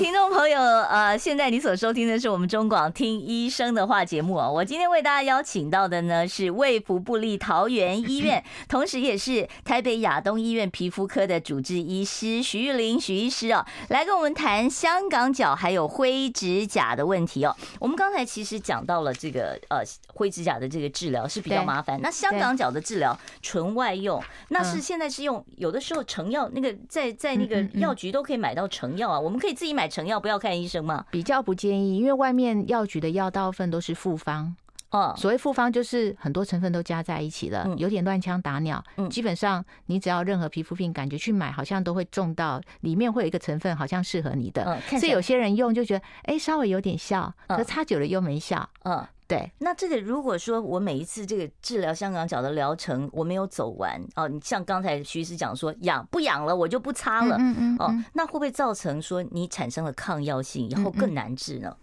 Speaker 4: 听众朋友，呃，现在你所收听的是我们中广听医生的话节目哦。我今天为大家邀请到的呢是卫福部立桃园医 院，同时也是台北亚东医院皮肤科的主治医师徐玉玲徐医师哦，来跟我们谈香港脚还有灰指甲的问题哦。我们刚才其实讲到了这个呃灰指甲的这个治疗是比较
Speaker 2: 对嗯
Speaker 4: 麻烦，那香港脚的治疗纯外用，那是现在是用有的时候成药那个在在那个
Speaker 2: 嗯嗯嗯
Speaker 4: 药局都可以买到成药啊，我们可以自己买成药，不要看医生嘛。
Speaker 2: 比较不建议，因为外面药局的药大部分都是复方，
Speaker 4: 哦，
Speaker 2: 所谓复方就是很多成分都加在一起了
Speaker 4: 嗯，
Speaker 2: 有点乱枪打鸟
Speaker 4: 嗯。
Speaker 2: 基本上你只要任何皮肤病，感觉去买好像都会中到里面会有一个成分好像适合你的，
Speaker 4: 嗯，看
Speaker 2: 所以
Speaker 4: 起
Speaker 2: 有
Speaker 4: 来
Speaker 2: 些人用就觉得哎、稍微有点效，可
Speaker 4: 嗯
Speaker 2: 擦久了又没效。
Speaker 4: 嗯。
Speaker 2: 对，
Speaker 4: 那这个如果说我每一次这个治疗香港脚的疗程我没有走完哦，你像刚才徐医师讲说痒不痒了我就不擦了
Speaker 2: 嗯嗯
Speaker 4: 哦，那会不会造成说你产生了抗药性以
Speaker 2: 嗯
Speaker 4: 后更难治呢？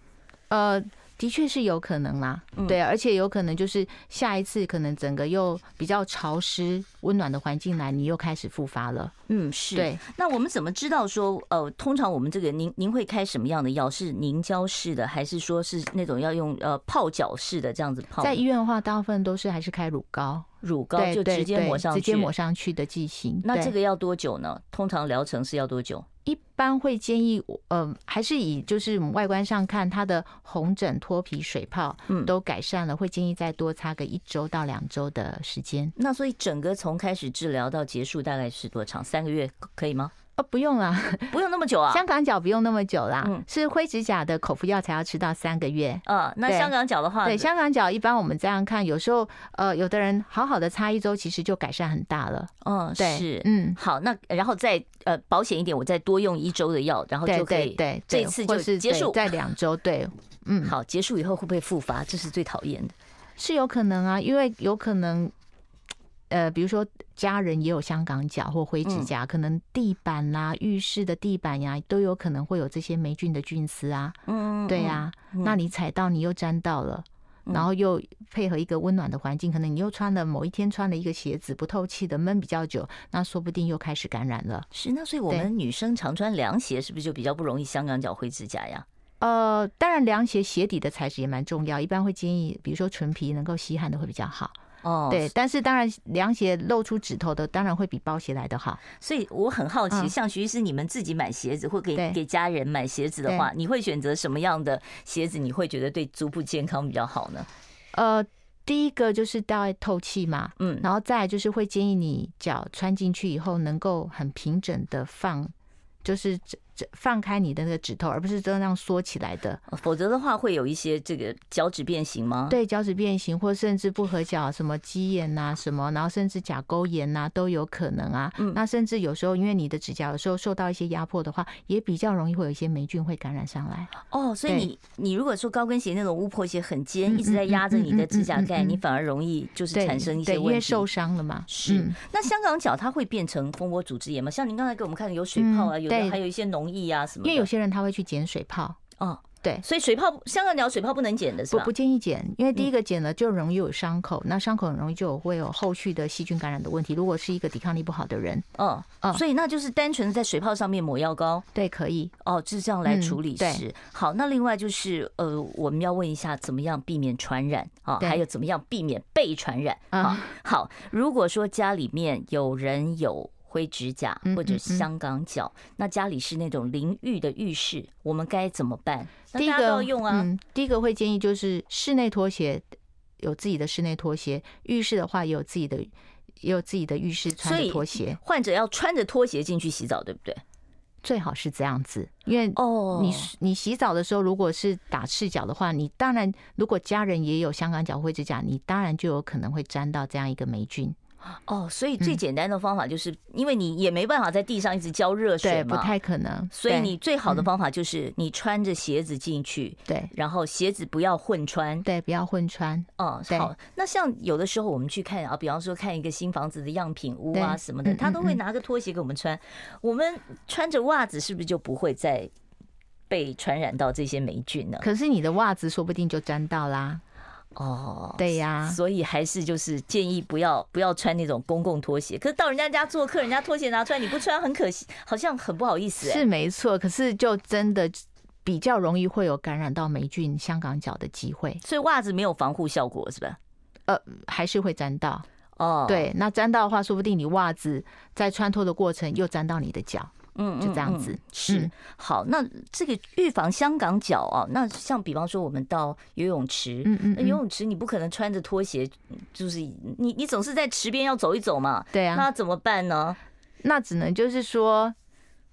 Speaker 2: 呃，的确是有可能啦，
Speaker 4: 嗯
Speaker 2: 对，而且有可能就是下一次可能整个又比较潮湿、温暖的环境来，你又开始复发了。
Speaker 4: 嗯，是。
Speaker 2: 对，
Speaker 4: 那我们怎么知道说呃，通常我们这个您您会开什么样的药？是凝胶式的，还是说是那种要用呃泡脚式的这样子泡呢？
Speaker 2: 在医院的话，大部分都是还是开乳膏，
Speaker 4: 乳膏
Speaker 2: 对
Speaker 4: 就
Speaker 2: 对
Speaker 4: 直接
Speaker 2: 对
Speaker 4: 抹上去，
Speaker 2: 直接抹上去的剂型。
Speaker 4: 那
Speaker 2: 对
Speaker 4: 这个要多久呢？通常疗程是要多久？
Speaker 2: 一般会建议，呃，还是以就是我们外观上看它的红疹、脱皮、水泡
Speaker 4: 嗯
Speaker 2: 都改善了，会建议再多擦个一周到两周的时间。
Speaker 4: 那所以整个从开始治疗到结束大概是多长？三个月可以吗？
Speaker 2: 哦，不用啦，
Speaker 4: 不用那么久啊。
Speaker 2: 香港脚不用那么久啦，
Speaker 4: 嗯
Speaker 2: 是灰指甲的口服药才要吃到三个月。
Speaker 4: 啊，那
Speaker 2: 对
Speaker 4: 香港脚的话，
Speaker 2: 对，香港脚一般我们这样看，有时候呃，有的人好好的擦一周，其实就改善很大了。
Speaker 4: 嗯
Speaker 2: 对，
Speaker 4: 是
Speaker 2: 嗯，
Speaker 4: 好，那然后再呃保险一点，我再多用一周的药，然后
Speaker 2: 对
Speaker 4: 哦就可
Speaker 2: 对
Speaker 4: 以
Speaker 2: 对，
Speaker 4: 这
Speaker 2: 对
Speaker 4: 次
Speaker 2: 或
Speaker 4: 就是结
Speaker 2: 对
Speaker 4: 束。
Speaker 2: 在两周，对，嗯，
Speaker 4: 好，结束以后会不会复发？这是最讨厌的。
Speaker 2: 是有可能啊，因为有可能。呃，比如说家人也有香港脚或灰
Speaker 4: 嗯
Speaker 2: 指甲，可能地板啦、浴室的地板呀，都有可能会有这些霉菌的菌丝啊。
Speaker 4: 嗯
Speaker 2: 对呀、那你踩到你又沾到了，然后又配合一个温暖的环境，可能你又穿了某一天穿了一个鞋子不透气的，闷比较久，那说不定又开始感染了。
Speaker 4: 是，那所以我
Speaker 2: 对
Speaker 4: 们女生常穿凉鞋，是不是就比较不容易香港脚灰指甲呀？
Speaker 2: 呃，当然凉鞋鞋底的材质也蛮重要，一般会建议，比如说纯皮能够吸汗的会比较好。
Speaker 4: 哦，
Speaker 2: 对，，但是当然凉鞋露出指头的当然会比包鞋来的好。
Speaker 4: 所以我很好奇，
Speaker 2: 嗯
Speaker 4: 像徐医师，你们自己买鞋子或给
Speaker 2: 对
Speaker 4: 给家人买鞋子的话，你会选择什么样的鞋子？你会觉得对足部健康比较好呢？
Speaker 2: 呃，第一个就是要透气嘛，
Speaker 4: 嗯，
Speaker 2: 然后再来就是会建议你脚穿进去以后能够很平整的放，就是这放开你的那个指头，而不是都那样缩起来的。
Speaker 4: 否则的话会有一些这个脚趾变形吗？，
Speaker 2: 对脚趾变形，或甚至不合脚，什么鸡眼呐、什么，然后甚至甲沟炎呐、都有可能啊。
Speaker 4: 嗯
Speaker 2: 那甚至有时候，因为你的指甲有时候受到一些压迫的话，也比较容易会有一些霉菌会感染上来。
Speaker 4: 哦，所以
Speaker 2: 对
Speaker 4: 你你如果说高跟鞋那种乌破鞋很尖，
Speaker 2: 嗯
Speaker 4: 一直在压着你的指甲盖，
Speaker 2: 嗯嗯嗯嗯嗯
Speaker 4: 你反而容易就是
Speaker 2: 对，
Speaker 4: 产生一些
Speaker 2: 对，因
Speaker 4: 问
Speaker 2: 为
Speaker 4: 题。
Speaker 2: 受伤了嘛。
Speaker 4: 是
Speaker 2: 嗯，
Speaker 4: 那香港脚它会变成蜂窝组织炎吗？像您刚才给我们看的有水泡啊，
Speaker 2: 嗯
Speaker 4: 有的
Speaker 2: 对
Speaker 4: 还有一些脓液啊什么的。
Speaker 2: 因为有些人他会去捡水泡，
Speaker 4: 哦，
Speaker 2: 对。
Speaker 4: 所以水泡香港脚水泡不能剪的是
Speaker 2: 不
Speaker 4: 吧？嗯
Speaker 2: 不建议剪，因为第一个剪了就容易有伤口，那伤口很容易就有会有后续的细菌感染的问题。如果是一个抵抗力不好的人，
Speaker 4: 嗯，
Speaker 2: 嗯
Speaker 4: 所以那就是单纯在水泡上面抹药膏。
Speaker 2: 对，可以。
Speaker 4: 哦，就是这样来处理
Speaker 2: 嗯对
Speaker 4: 是、好。那另外就是呃，我们要问一下怎么样避免传染啊，
Speaker 2: 对
Speaker 4: 还有怎么样避免被传染
Speaker 2: 啊
Speaker 4: 啊。好，如果说家里面有人有灰指甲
Speaker 2: 嗯
Speaker 4: 或者
Speaker 2: 嗯嗯
Speaker 4: 香港脚，那家里是那种淋浴的浴室，我们该怎么办？那
Speaker 2: 第一
Speaker 4: 大家
Speaker 2: 个
Speaker 4: 都要用啊，
Speaker 2: 嗯，第一个会建议就是室内拖鞋有自己的室内拖鞋，浴室的话也有自己的也有自己的浴室穿
Speaker 4: 所以
Speaker 2: 的拖鞋，
Speaker 4: 患者要穿着拖鞋进去洗澡，对不对？
Speaker 2: 最好是这样子，因为
Speaker 4: 哦
Speaker 2: 你你洗澡的时候，如果是打赤脚的话，你当然如果家人也有香港脚灰指甲，你当然就有可能会沾到这样一个霉菌，
Speaker 4: 哦，所以最
Speaker 2: 嗯
Speaker 4: 简单的方法就是，因为你也没办法在地上一直浇热水
Speaker 2: 对，
Speaker 4: 嘛，
Speaker 2: 不太可能。
Speaker 4: 所以
Speaker 2: 对
Speaker 4: 你最好的
Speaker 2: 嗯
Speaker 4: 方法就是你穿着鞋子进去，
Speaker 2: 对
Speaker 4: 然后鞋子不要混穿。
Speaker 2: 对不要混穿，
Speaker 4: 哦、
Speaker 2: 对
Speaker 4: 好。那像有的时候我们去看啊，比方说看一个新房子的样品屋啊
Speaker 2: 对
Speaker 4: 什么的，
Speaker 2: 嗯
Speaker 4: 他
Speaker 2: 嗯
Speaker 4: 都会
Speaker 2: 嗯
Speaker 4: 拿个拖鞋给我们穿。我们穿着袜子是不是就不会再被传染到这些霉菌呢？
Speaker 2: 可是你的袜子说不定就沾到啦。
Speaker 4: 哦，
Speaker 2: 对呀、
Speaker 4: 所以还是就是建议不要不要穿那种公共拖鞋。可是到人家家做客，人家拖鞋拿出来你不穿，很可惜，好像很不好意思、欸。
Speaker 2: 是没错。可是就真的比较容易会有感染到霉菌香港脚的机会，
Speaker 4: 所以袜子没有防护效果是吧？
Speaker 2: 还是会沾到。
Speaker 4: 嗯哦，，
Speaker 2: 对，那沾到的话，说不定你袜子在穿脱的过程又沾到你的脚。
Speaker 4: 嗯，
Speaker 2: 就这样
Speaker 4: 嗯
Speaker 2: 子
Speaker 4: 嗯是
Speaker 2: 嗯
Speaker 4: 好，那这个预防香港脚啊，那像比方说我们到游泳池，
Speaker 2: 嗯嗯
Speaker 4: 那游
Speaker 2: 嗯，
Speaker 4: 泳池你不可能穿着拖鞋，就是你你总是在池边要走一走嘛，
Speaker 2: 对
Speaker 4: 那
Speaker 2: 啊，
Speaker 4: 怎么办呢？
Speaker 2: 那只能就是说。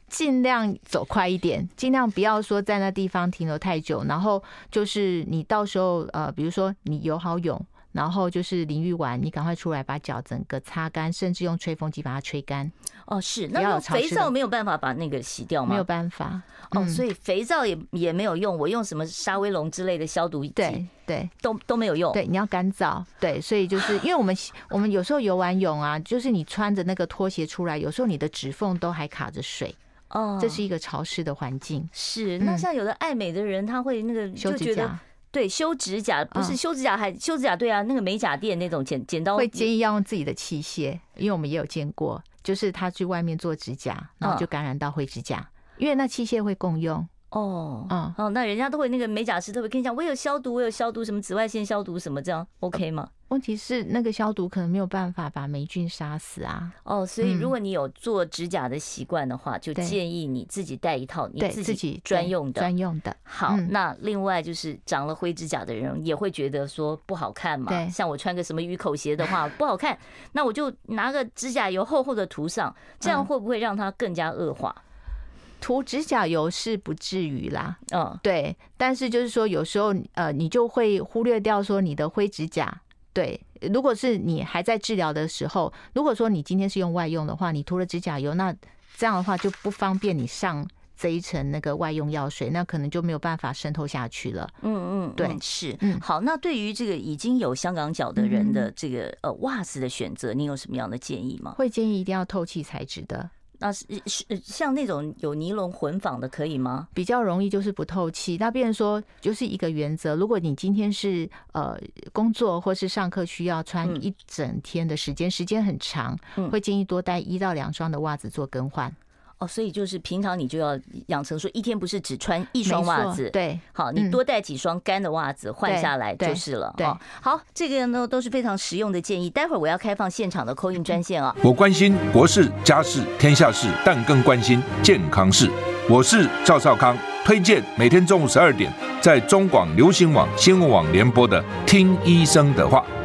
Speaker 2: 尽量走快一点，尽量不要说在那地方停留太久。然后就是你到时候呃，比如说你游好泳，然后就是淋浴完，你赶快出来把脚整个擦干，甚至用吹风机把它吹干，
Speaker 4: 哦，是，
Speaker 2: 不
Speaker 4: 那
Speaker 2: 要
Speaker 4: 用
Speaker 2: 有潮湿
Speaker 4: 肥皂
Speaker 2: 的
Speaker 4: 没有办法把那个洗掉吗？
Speaker 2: 没有办法。
Speaker 4: 哦，
Speaker 2: 嗯
Speaker 4: 所以肥皂也也没有用，我用什么沙威龙之类的消毒剂
Speaker 2: 对对
Speaker 4: 都都没有用。
Speaker 2: 对，你要干燥，对，所 以就是因为我们洗我们有时候游完泳啊，就是你穿着那个拖鞋出来，有时候你的指缝都还卡着水，
Speaker 4: 哦，
Speaker 2: 这是一个潮湿的环境。
Speaker 4: 是那
Speaker 2: 嗯
Speaker 4: 像有的爱美的人，他会那个
Speaker 2: 修
Speaker 4: 就觉
Speaker 2: 指
Speaker 4: 得
Speaker 2: 甲
Speaker 4: 对修指甲不是
Speaker 2: 嗯
Speaker 4: 修指甲还修指甲对啊，那个美甲店那种剪剪刀
Speaker 2: 会建议要用自己的器械，因为我们也有见过，就是他去外面做指甲，然
Speaker 4: 嗯
Speaker 2: 后就感染到灰指甲，因为那器械会共用。
Speaker 4: 哦
Speaker 2: 嗯
Speaker 4: 哦，那人家都会那个美甲师都会跟你讲，我有消毒，我有消毒什么紫外线消毒什么这样 OK 吗？
Speaker 2: 问题是那个消毒可能没有办法把霉菌杀死啊，
Speaker 4: 哦，所以如
Speaker 2: 嗯
Speaker 4: 果你有做指甲的习惯的话，就
Speaker 2: 对
Speaker 4: 建议你自己带一套你
Speaker 2: 对
Speaker 4: 自己专
Speaker 2: 对
Speaker 4: 用的。
Speaker 2: 专用的，
Speaker 4: 好，
Speaker 2: 嗯
Speaker 4: 那另外就是长了灰指甲的人也会觉得说不好看嘛。
Speaker 2: 对
Speaker 4: 像我穿个什么鱼口鞋的 话不好看，那我就拿个指甲油厚厚的涂上，这样
Speaker 2: 嗯
Speaker 4: 会不会让它更加恶化？
Speaker 2: 涂指甲油是不至于啦，
Speaker 4: 嗯，
Speaker 2: 对，但是就是说，有时候呃，你就会忽略掉说你的灰指甲。对，如果是你还在治疗的时候，如果说你今天是用外用的话，你涂了指甲油，那这样的话就不方便你上这一层那个外用药水，那可能就没有办法渗透下去了。
Speaker 4: 嗯嗯，
Speaker 2: 对
Speaker 4: 嗯是。
Speaker 2: 嗯
Speaker 4: 好，那对于这个已经有香港脚的人的这个呃袜子的选择，你有什么样的建议吗？
Speaker 2: 会建议一定要透气材质的，
Speaker 4: 那是是呃像那种有尼龙混纺的可以吗？
Speaker 2: 比较容易就是不透气。那变成说就是一个原则，如果你今天是呃工作或是上课需要穿
Speaker 4: 嗯
Speaker 2: 一整天的时间，时间很长
Speaker 4: 嗯，
Speaker 2: 会建议多带一到两双的袜子做更换。
Speaker 4: 哦，所以就是平常你就要养成说，一天不是只穿一双
Speaker 2: 没
Speaker 4: 袜
Speaker 2: 错
Speaker 4: 子，
Speaker 2: 对，
Speaker 4: 好，你
Speaker 2: 嗯
Speaker 4: 多带几双干的袜子换
Speaker 2: 对
Speaker 4: 下来
Speaker 2: 对
Speaker 4: 就是了。
Speaker 2: 对
Speaker 4: 哦好，这个呢都是非常实用的建议。待会儿我要开放现场的扣印专线啊。
Speaker 5: 我关心国事、家事、天下事，但更关心健康事。我是赵少康，推荐每天中午十二点在中广流行网、新闻网联播的《听医生的话》。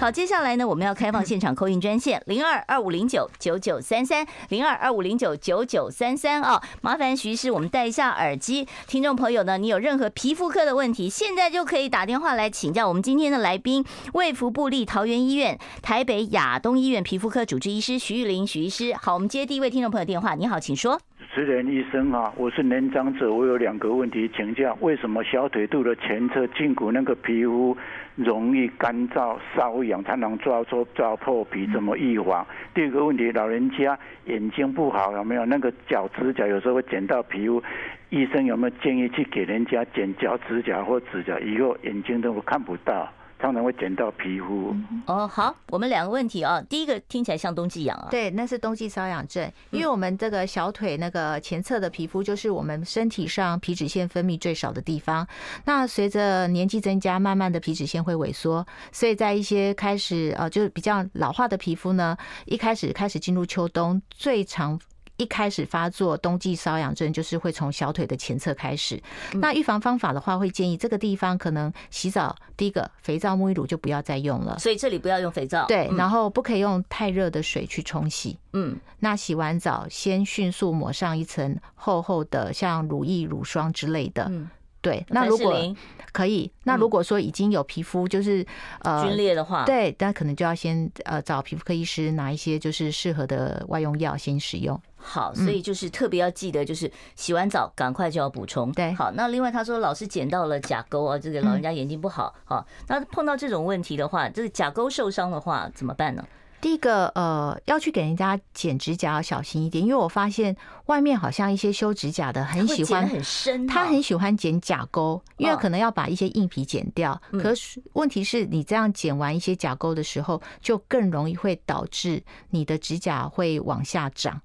Speaker 4: 好，接下来呢，我们要开放现场扣印专线零二二五零九九九三三零二二五零九九九三三哦，麻烦徐医师我们戴一下耳机。听众朋友呢，你有任何皮肤科的问题，现在就可以打电话来请教我们今天的来宾，卫福部立桃园医院台北亚东医院皮肤科主治医师徐玉玲徐医师。好，我们接第一位听众朋友电话，你好，请说。
Speaker 7: 主持人医生啊，我是年长者，我有两个问题请教：为什么小腿肚的前侧胫骨那个皮肤容易干燥、瘙痒，常常抓搓、抓破皮，怎么预防？第二个问题，老人家眼睛不好有没有？那个脚指甲有时候会剪到皮肤，医生有没有建议去给人家剪脚指甲或指甲？以后眼睛都看不到，常常会剪到皮肤。
Speaker 8: 嗯
Speaker 4: 哦，好，我们两个问题哦，第一个听起来像冬季痒啊，
Speaker 2: 对，那是冬季瘙痒症，因为我们这个小腿那个前侧的皮肤，就是我们身体上皮脂腺分泌最少的地方。那随着年纪增加，慢慢的皮脂腺会萎缩，所以在一些开始呃，就是比较老化的皮肤呢，一开始开始进入秋冬，最常。一开始发作冬季瘙痒症，就是会从小腿的前侧开始。那预防方法的话，会建议这个地方可能洗澡，第一个肥皂、沐浴乳就不要再用了。
Speaker 4: 所以这里不要用肥皂。
Speaker 2: 对，
Speaker 4: 嗯
Speaker 2: 然后不可以用太热的水去冲洗。
Speaker 4: 嗯，
Speaker 2: 那洗完澡先迅速抹上一层厚厚的像乳液、乳霜之类的。
Speaker 4: 嗯
Speaker 2: 对，那如
Speaker 4: 凡
Speaker 2: 果
Speaker 4: 士林
Speaker 2: 可以，
Speaker 4: 嗯
Speaker 2: 那如果说已经有皮肤就是呃
Speaker 4: 皲裂的话，
Speaker 2: 对，那可能就要先呃找皮肤科医师拿一些就是适合的外用药先使用。
Speaker 4: 好，
Speaker 2: 嗯
Speaker 4: 所以就是特别要记得，就是洗完澡赶快就要补充。
Speaker 2: 对
Speaker 4: 好，那另外他说老是捡到了甲沟啊，这个老人家眼睛不好，好，那碰到这种问题的话，这个甲沟受伤的话怎么办呢？
Speaker 2: 第一个呃，要去给人家剪指甲要小心一点，因为我发现外面好像一些修指甲的很
Speaker 4: 会
Speaker 2: 喜
Speaker 4: 剪
Speaker 2: 欢
Speaker 4: 得很深啊，
Speaker 2: 他很喜欢剪甲沟，因为
Speaker 4: 嗯
Speaker 2: 可能要把一些硬皮剪掉。可是问题是你这样剪完一些甲沟的时候，就更容易会导致你的指甲会往下长，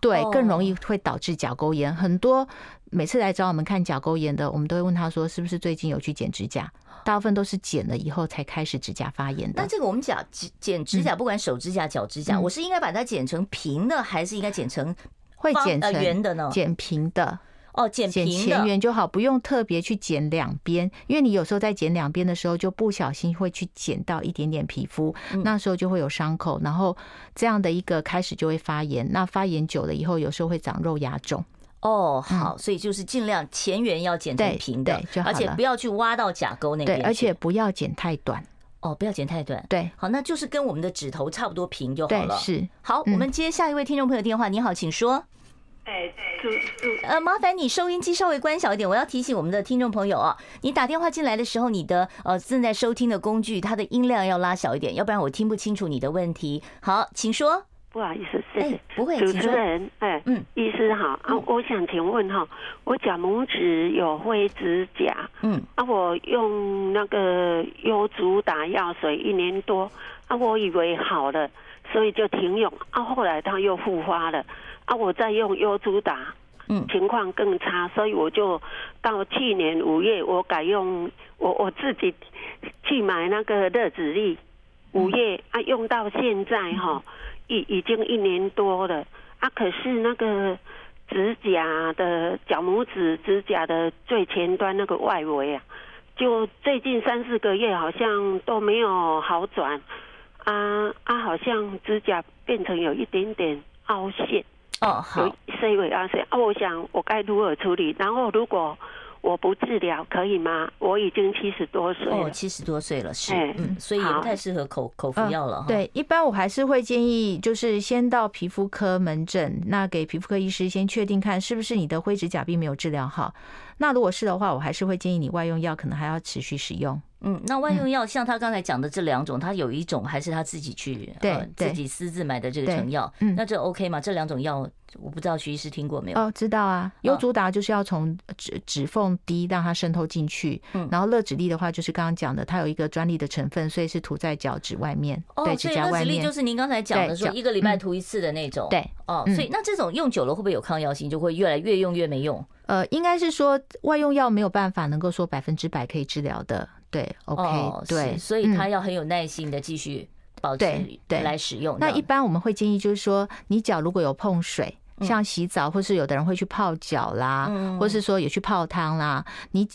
Speaker 2: 对
Speaker 4: 哦，
Speaker 2: 更容易会导致甲沟炎。很多每次来找我们看甲沟炎的，我们都会问他说，是不是最近有去剪指甲？大部分都是剪了以后才开始指甲发炎
Speaker 4: 那
Speaker 2: 的。
Speaker 4: 这个我们讲指剪指甲，不管手指甲、脚指甲，
Speaker 2: 嗯
Speaker 4: 我是应该把它剪成平的，还是应该剪成
Speaker 2: 会
Speaker 4: 方
Speaker 2: 剪
Speaker 4: 呃
Speaker 2: 成
Speaker 4: 圆的呢？
Speaker 2: 剪平的，
Speaker 4: 哦，剪
Speaker 2: 剪
Speaker 4: 平
Speaker 2: 前
Speaker 4: 的。
Speaker 2: 缘就好，不用特别去剪两边，因为你有时候在剪两边的时候，就不小心会去剪到一点点皮肤，
Speaker 4: 嗯
Speaker 2: 那时候就会有伤口，然后这样的一个开始就会发炎，那发炎久了以后，有时候会长肉芽肿。
Speaker 4: 哦，好，所以就是尽量前缘要剪成
Speaker 2: 嗯对
Speaker 4: 平的
Speaker 2: 对就，好
Speaker 4: 而且
Speaker 2: 了
Speaker 4: 不要去挖到甲沟那边
Speaker 2: 对，
Speaker 4: 去。
Speaker 2: 而且不要剪太短。
Speaker 4: 哦，不要剪太短。
Speaker 2: 对
Speaker 4: 好，那就是跟我们的指头差不多平就好
Speaker 2: 对
Speaker 4: 了。
Speaker 2: 是。
Speaker 4: 好，我
Speaker 2: 嗯
Speaker 4: 们接下一位听众朋友电话。你好，请说。
Speaker 9: 哎，主主
Speaker 4: 呃，麻烦你收音机稍微关小一点，我要提醒我们的听众朋友哦，你打电话进来的时候，你的呃正在收听的工具，它的音量要拉小一点，要不然我听不清楚你的问题。好，请说。
Speaker 9: 不好意思，谢谢
Speaker 4: 哎，不会，
Speaker 9: 主
Speaker 4: 请
Speaker 9: 持
Speaker 4: 说。
Speaker 9: 人，哎，
Speaker 4: 嗯
Speaker 9: 医师好啊
Speaker 4: 嗯，
Speaker 9: 我想请问哈，我脚拇指有灰指甲
Speaker 4: 嗯，
Speaker 9: 啊，我用那个优竹打药水一年多啊，我以为好了，所以就停用啊，后来它又复发了啊，我再用优竹打。
Speaker 4: 嗯
Speaker 9: 情况更差，所以我就到去年五月，我改用我我自己去买那个热止力，五月啊用到现在哈，已已经一年多了啊，可是那个指甲的脚拇指指甲的最前端那个外围啊，就最近三四个月好像都没有好转啊啊，好像指甲变成有一点点凹陷。
Speaker 4: 哦，好
Speaker 9: 有，C 位阿 C 啊，我想我该如何处理？然后如果我不治疗可以吗？我已经七十多岁了，
Speaker 4: 哦，七十多岁了，是，
Speaker 9: 哎
Speaker 4: 嗯，所以也不
Speaker 9: 好
Speaker 4: 太适合口口服
Speaker 2: 嗯
Speaker 4: 药了哈。，
Speaker 2: 对，一般我还是会建议，就是先到皮肤科门诊，那给皮肤科医师先确定看是不是你的灰指甲并没有治疗好。那如果是的话，我还是会建议你外用药可能还要持续使用。
Speaker 4: 嗯，那外用药像他刚才讲的这两种，他有一种还是他自己去
Speaker 2: 对
Speaker 4: 呃自
Speaker 2: 对
Speaker 4: 己私自买的这个
Speaker 2: 对
Speaker 4: 成药，
Speaker 2: 嗯
Speaker 4: 那这 OK 吗？这两种药我不知道徐医师听过没有？
Speaker 2: 哦，知道啊，
Speaker 4: 嗯
Speaker 2: 优竹达就是要从指指缝滴让它渗透进去，
Speaker 4: 嗯
Speaker 2: 然后乐指力的话就是刚刚讲的，它有一个专利的成分，所以是涂在脚趾外面，
Speaker 4: 哦，
Speaker 2: 对
Speaker 4: 所
Speaker 2: 指
Speaker 4: 以
Speaker 2: 甲
Speaker 4: 乐
Speaker 2: 外
Speaker 4: 子力
Speaker 2: 面
Speaker 4: 就。是您刚才讲的
Speaker 2: 对
Speaker 4: 说
Speaker 2: 脚
Speaker 4: 一个礼拜
Speaker 2: 嗯
Speaker 4: 涂一次的那种。
Speaker 2: 对，
Speaker 4: 哦，
Speaker 2: 嗯
Speaker 4: 所以那这种用久了会不会有抗药性，就会越来越用越没用？
Speaker 2: 呃，应该是说外用药没有办法能够说百分之百可以治疗的，对，OK，、
Speaker 4: 哦，是
Speaker 2: 对，
Speaker 4: 所以他
Speaker 2: 嗯
Speaker 4: 要很有耐心的继续。保持
Speaker 2: 对对
Speaker 4: 来使用这
Speaker 2: 那
Speaker 4: 样。
Speaker 2: 一般我们会建议就是说，你脚如果有碰水。像洗澡，或是有的人会去泡脚啦，
Speaker 4: 嗯
Speaker 2: 或是说也去泡汤啦。你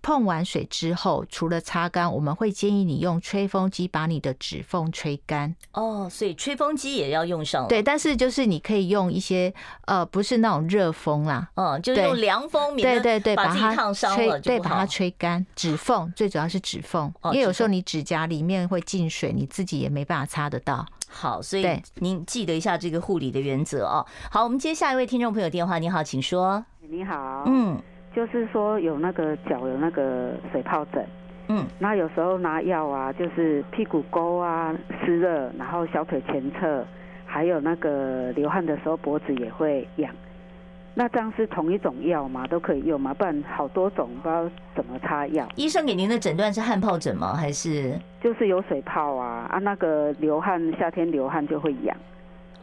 Speaker 2: 碰完水之后，除了擦干，我们会建议你用吹风机把你的指缝吹干。
Speaker 4: 哦，所以吹风机也要用上了。
Speaker 2: 对，，但是就是你可以用一些呃，不是那种热风啦，
Speaker 4: 嗯，就是用
Speaker 2: 对
Speaker 4: 凉风，免
Speaker 2: 对
Speaker 4: 得
Speaker 2: 对对，
Speaker 4: 把自己
Speaker 2: 它
Speaker 4: 烫伤
Speaker 2: 吹
Speaker 4: 了就
Speaker 2: 对，
Speaker 4: 不
Speaker 2: 把
Speaker 4: 好
Speaker 2: 它吹干。指缝最主要是指缝，
Speaker 4: 哦
Speaker 2: 因为有
Speaker 4: 指
Speaker 2: 时候
Speaker 4: 缝
Speaker 2: 你指甲里面会进水，你自己也没办法擦得到。
Speaker 4: 好，所以
Speaker 2: 对
Speaker 4: 您记得一下这个护理的原则哦。好，我们接下一位听众朋友电话，你好，请说。
Speaker 10: 你好，
Speaker 4: 嗯
Speaker 10: 就是说有那个脚有那个水疱疹，
Speaker 4: 嗯，
Speaker 10: 那有时候拿药啊，就是屁股沟啊湿热，然后小腿前侧，还有那个流汗的时候脖子也会痒。那这样是同一种药吗？都可以用吗？不然好多种，不知道怎么擦药。
Speaker 4: 医生给您的诊断是汗疱疹吗？还是
Speaker 10: 就是有水泡啊啊，那个流汗，夏天流汗就会痒。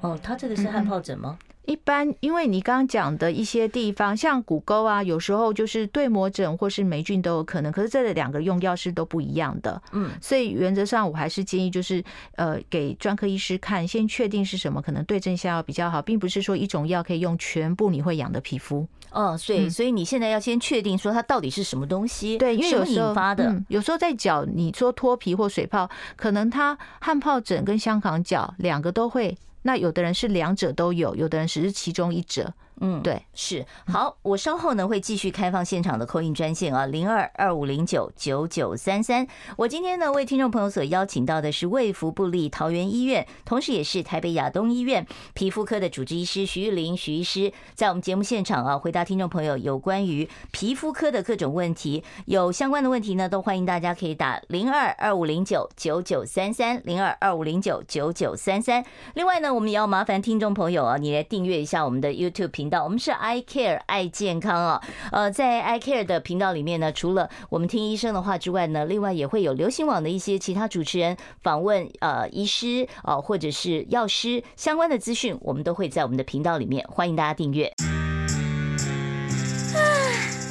Speaker 4: 哦，他这个是汗疱疹吗？
Speaker 2: 一般，因为你刚刚讲的一些地方，像骨沟啊，有时候就是对膜疹或是霉菌都有可能，可是这两个用药是都不一样的，
Speaker 4: 嗯，
Speaker 2: 所以原则上我还是建议就是，呃，给专科医师看，先确定是什么，可能对症下药比较好，并不是说一种药可以用全部你会痒的皮肤。
Speaker 4: 哦，所以
Speaker 2: 嗯
Speaker 4: 所以你现在要先确定说它到底是什么东西，
Speaker 2: 对，因为
Speaker 4: 什
Speaker 2: 有
Speaker 4: 么
Speaker 2: 时候
Speaker 4: 引发的。
Speaker 2: 嗯有时候在脚，你说脱皮或水泡，可能它汗疱疹跟香港脚两个都会，那有的人是两者都有，有的人只是其中一者。
Speaker 4: 嗯，
Speaker 2: 对，
Speaker 4: 是好，我稍后呢会继续开放现场的扣印专线啊，零二二五零九九九三三。我今天呢为听众朋友所邀请到的是卫福部立桃园医院，同时也是台北亚东医院皮肤科的主治医师徐玉玲徐医师，在我们节目现场啊回答听众朋友有关于皮肤科的各种问题，有相关的问题呢都欢迎大家可以打零二二五零九九九三三零二二五零九九九三三。另外呢，我们也要麻烦听众朋友啊，你来订阅一下我们的 YouTube 频道，我们是 I Care 爱健康啊。呃，在 I Care 的频道里面呢，除了我们听医生的话之外呢，另外也会有流行网的一些其他主持人访问呃医师啊、呃或者是药师相关的资讯，我们都会在我们的频道里面，欢迎大家订阅。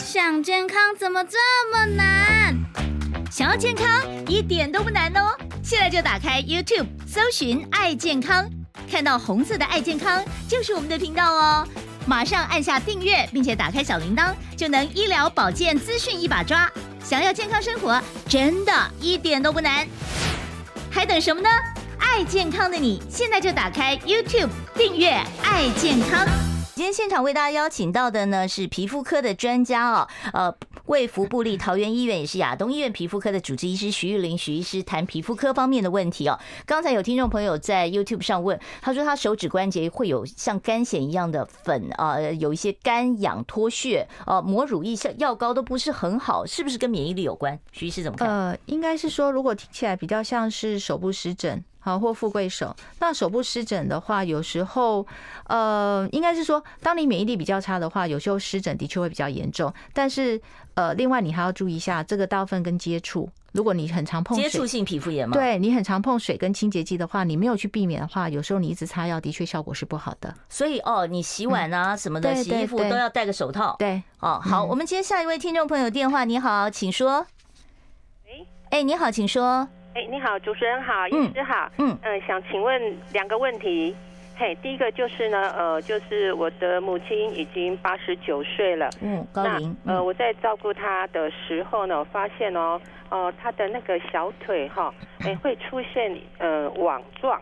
Speaker 3: 想健康怎么这么难？想要健康一点都不难哦！现在就打开 YouTube 搜寻“爱健康”，看到红色的“爱健康”就是我们的频道哦。马上按下订阅，并且打开小铃铛，就能医疗保健资讯一把抓。想要健康生活，真的一点都不难，还等什么呢？爱健康的你，现在就打开 YouTube 订阅“爱健康”。
Speaker 4: 今天现场为大家邀请到的呢是皮肤科的专家哦，呃，卫福部立桃园医院也是亚东医院皮肤科的主治医师徐玉玲徐医师谈皮肤科方面的问题哦。刚才有听众朋友在 YouTube 上问，他说他手指关节会有像干癣一样的粉啊、呃有一些干痒脱屑啊、呃抹乳液像药膏都不是很好，是不是跟免疫力有关？徐医师怎么看？
Speaker 2: 呃，应该是说，如果听起来比较像是手部湿疹。好，或富贵手。那手部湿疹的话，有时候，呃，应该是说，当你免疫力比较差的话，有时候湿疹的确会比较严重。但是，呃，另外你还要注意一下，这个大部分跟接触，如果你很常碰
Speaker 4: 接
Speaker 2: 水
Speaker 4: 触性皮肤炎吗？，
Speaker 2: 对你很常碰水跟清洁剂的话，你没有去避免的话，有时候你一直擦药，的确效果是不好的。
Speaker 4: 所以哦，你洗碗啊、什么的，
Speaker 2: 嗯对
Speaker 4: 洗衣
Speaker 2: 对
Speaker 4: 服
Speaker 2: 对
Speaker 4: 都要戴个手套。
Speaker 2: 对，
Speaker 4: 哦，好，
Speaker 2: 嗯
Speaker 4: 我们接下一位听众朋友电话。你好，请说。
Speaker 9: 喂，
Speaker 4: 哎，你好，请说。
Speaker 9: 哎，你好，主持人好，医师好，
Speaker 4: 嗯
Speaker 9: 嗯、想请问两个问题。嘿，第一个就是呢，呃，就是我的母亲已经八十九岁了，
Speaker 4: 嗯，高
Speaker 9: 那
Speaker 4: 龄。
Speaker 9: 呃，
Speaker 4: 嗯
Speaker 9: 我在照顾她的时候呢，我发现哦，呃，她的那个小 腿哈、哎，会出现呃网状，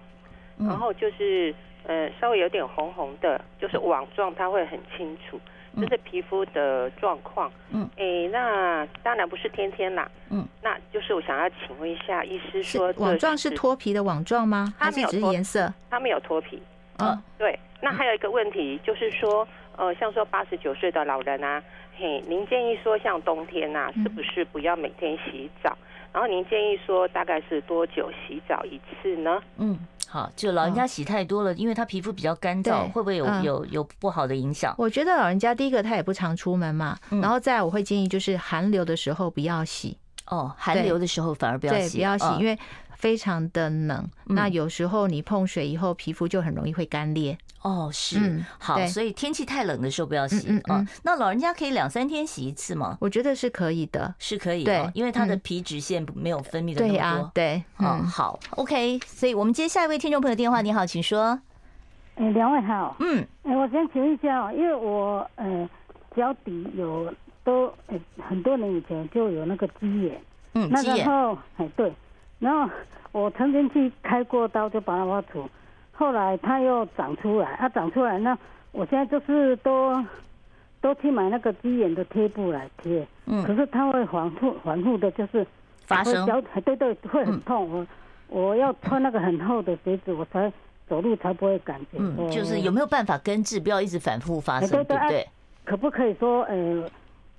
Speaker 4: 嗯
Speaker 9: 然后就是呃稍微有点红红的，就是网状，它会很清楚，
Speaker 4: 嗯
Speaker 9: 就是皮肤的状况。
Speaker 4: 嗯，
Speaker 9: 哎，那当然不是天天啦。
Speaker 4: 嗯，
Speaker 9: 那就是我想要请问一下医师
Speaker 2: 是
Speaker 9: 说，
Speaker 2: 网状是，脱皮的网状吗？
Speaker 9: 它
Speaker 2: 还
Speaker 9: 没
Speaker 2: 是
Speaker 9: 有
Speaker 2: 只是
Speaker 9: 脱
Speaker 2: 颜色？
Speaker 9: 他们有脱皮。
Speaker 2: 哦，
Speaker 9: 对，那还有一个问题就是说，呃，像说八十九岁的老人啊，嘿，您建议说像冬天呐、
Speaker 2: 嗯
Speaker 9: 是不是不要每天洗澡？然后您建议说大概是多久洗澡一次呢？
Speaker 4: 嗯，好，就老人家洗太多了，因为他皮肤比较干燥，
Speaker 2: 对
Speaker 4: 会不会有
Speaker 2: 嗯
Speaker 4: 有有不好的影响？
Speaker 2: 我觉得老人家第一个他也不常出门嘛，
Speaker 4: 嗯
Speaker 2: 然后再来我会建议就是寒流的时候不要洗，
Speaker 4: 哦，寒流的时候反而不要
Speaker 2: 对，
Speaker 4: 洗，
Speaker 2: 不要洗，因嗯
Speaker 4: 为
Speaker 2: 为非常的冷，
Speaker 4: 嗯
Speaker 2: 那有时候你碰水以后，皮肤就很容易会干裂。
Speaker 4: 哦，是
Speaker 2: 嗯
Speaker 4: 好，
Speaker 2: 对
Speaker 4: 所以天气太冷的时候不要洗
Speaker 2: 嗯嗯
Speaker 4: 哦
Speaker 2: 嗯。
Speaker 4: 那老人家可以两三天洗一次吗？
Speaker 2: 我觉得是可以的。
Speaker 4: 是可以，
Speaker 2: 对
Speaker 4: 哦，因为它的
Speaker 2: 嗯
Speaker 4: 皮脂腺没有分泌的那
Speaker 2: 对
Speaker 4: 么
Speaker 2: 啊
Speaker 4: 多，。
Speaker 2: 对，
Speaker 4: 哦，
Speaker 2: 嗯，
Speaker 4: 好，OK，所以我们接下一位听众朋友电话，你好，请说。
Speaker 10: 哎，两位好，
Speaker 4: 嗯，
Speaker 10: 哎，我想请问一下哦，因为我呃脚底有都、呃、很多年以前就有那个鸡眼，
Speaker 4: 嗯，
Speaker 10: 那
Speaker 4: 鸡眼
Speaker 10: 然后哎对，然后我曾经去开过刀就把它挖除，后来它又长出来，它、长出来那我现在就是都都去买那个鸡眼的贴布来贴，
Speaker 4: 嗯
Speaker 10: 可是它会反复反复的，就是
Speaker 4: 发
Speaker 10: 会
Speaker 4: 生嗯
Speaker 10: 脚对对会很痛，我我要穿那个很厚的鞋子我才走路才不会感觉，
Speaker 4: 嗯，
Speaker 10: 呃
Speaker 4: 就是有没有办法根治，不要一直反复发生，对
Speaker 10: 哎对对
Speaker 4: 不
Speaker 10: 啊
Speaker 4: 对？
Speaker 10: 可不可以说，呃，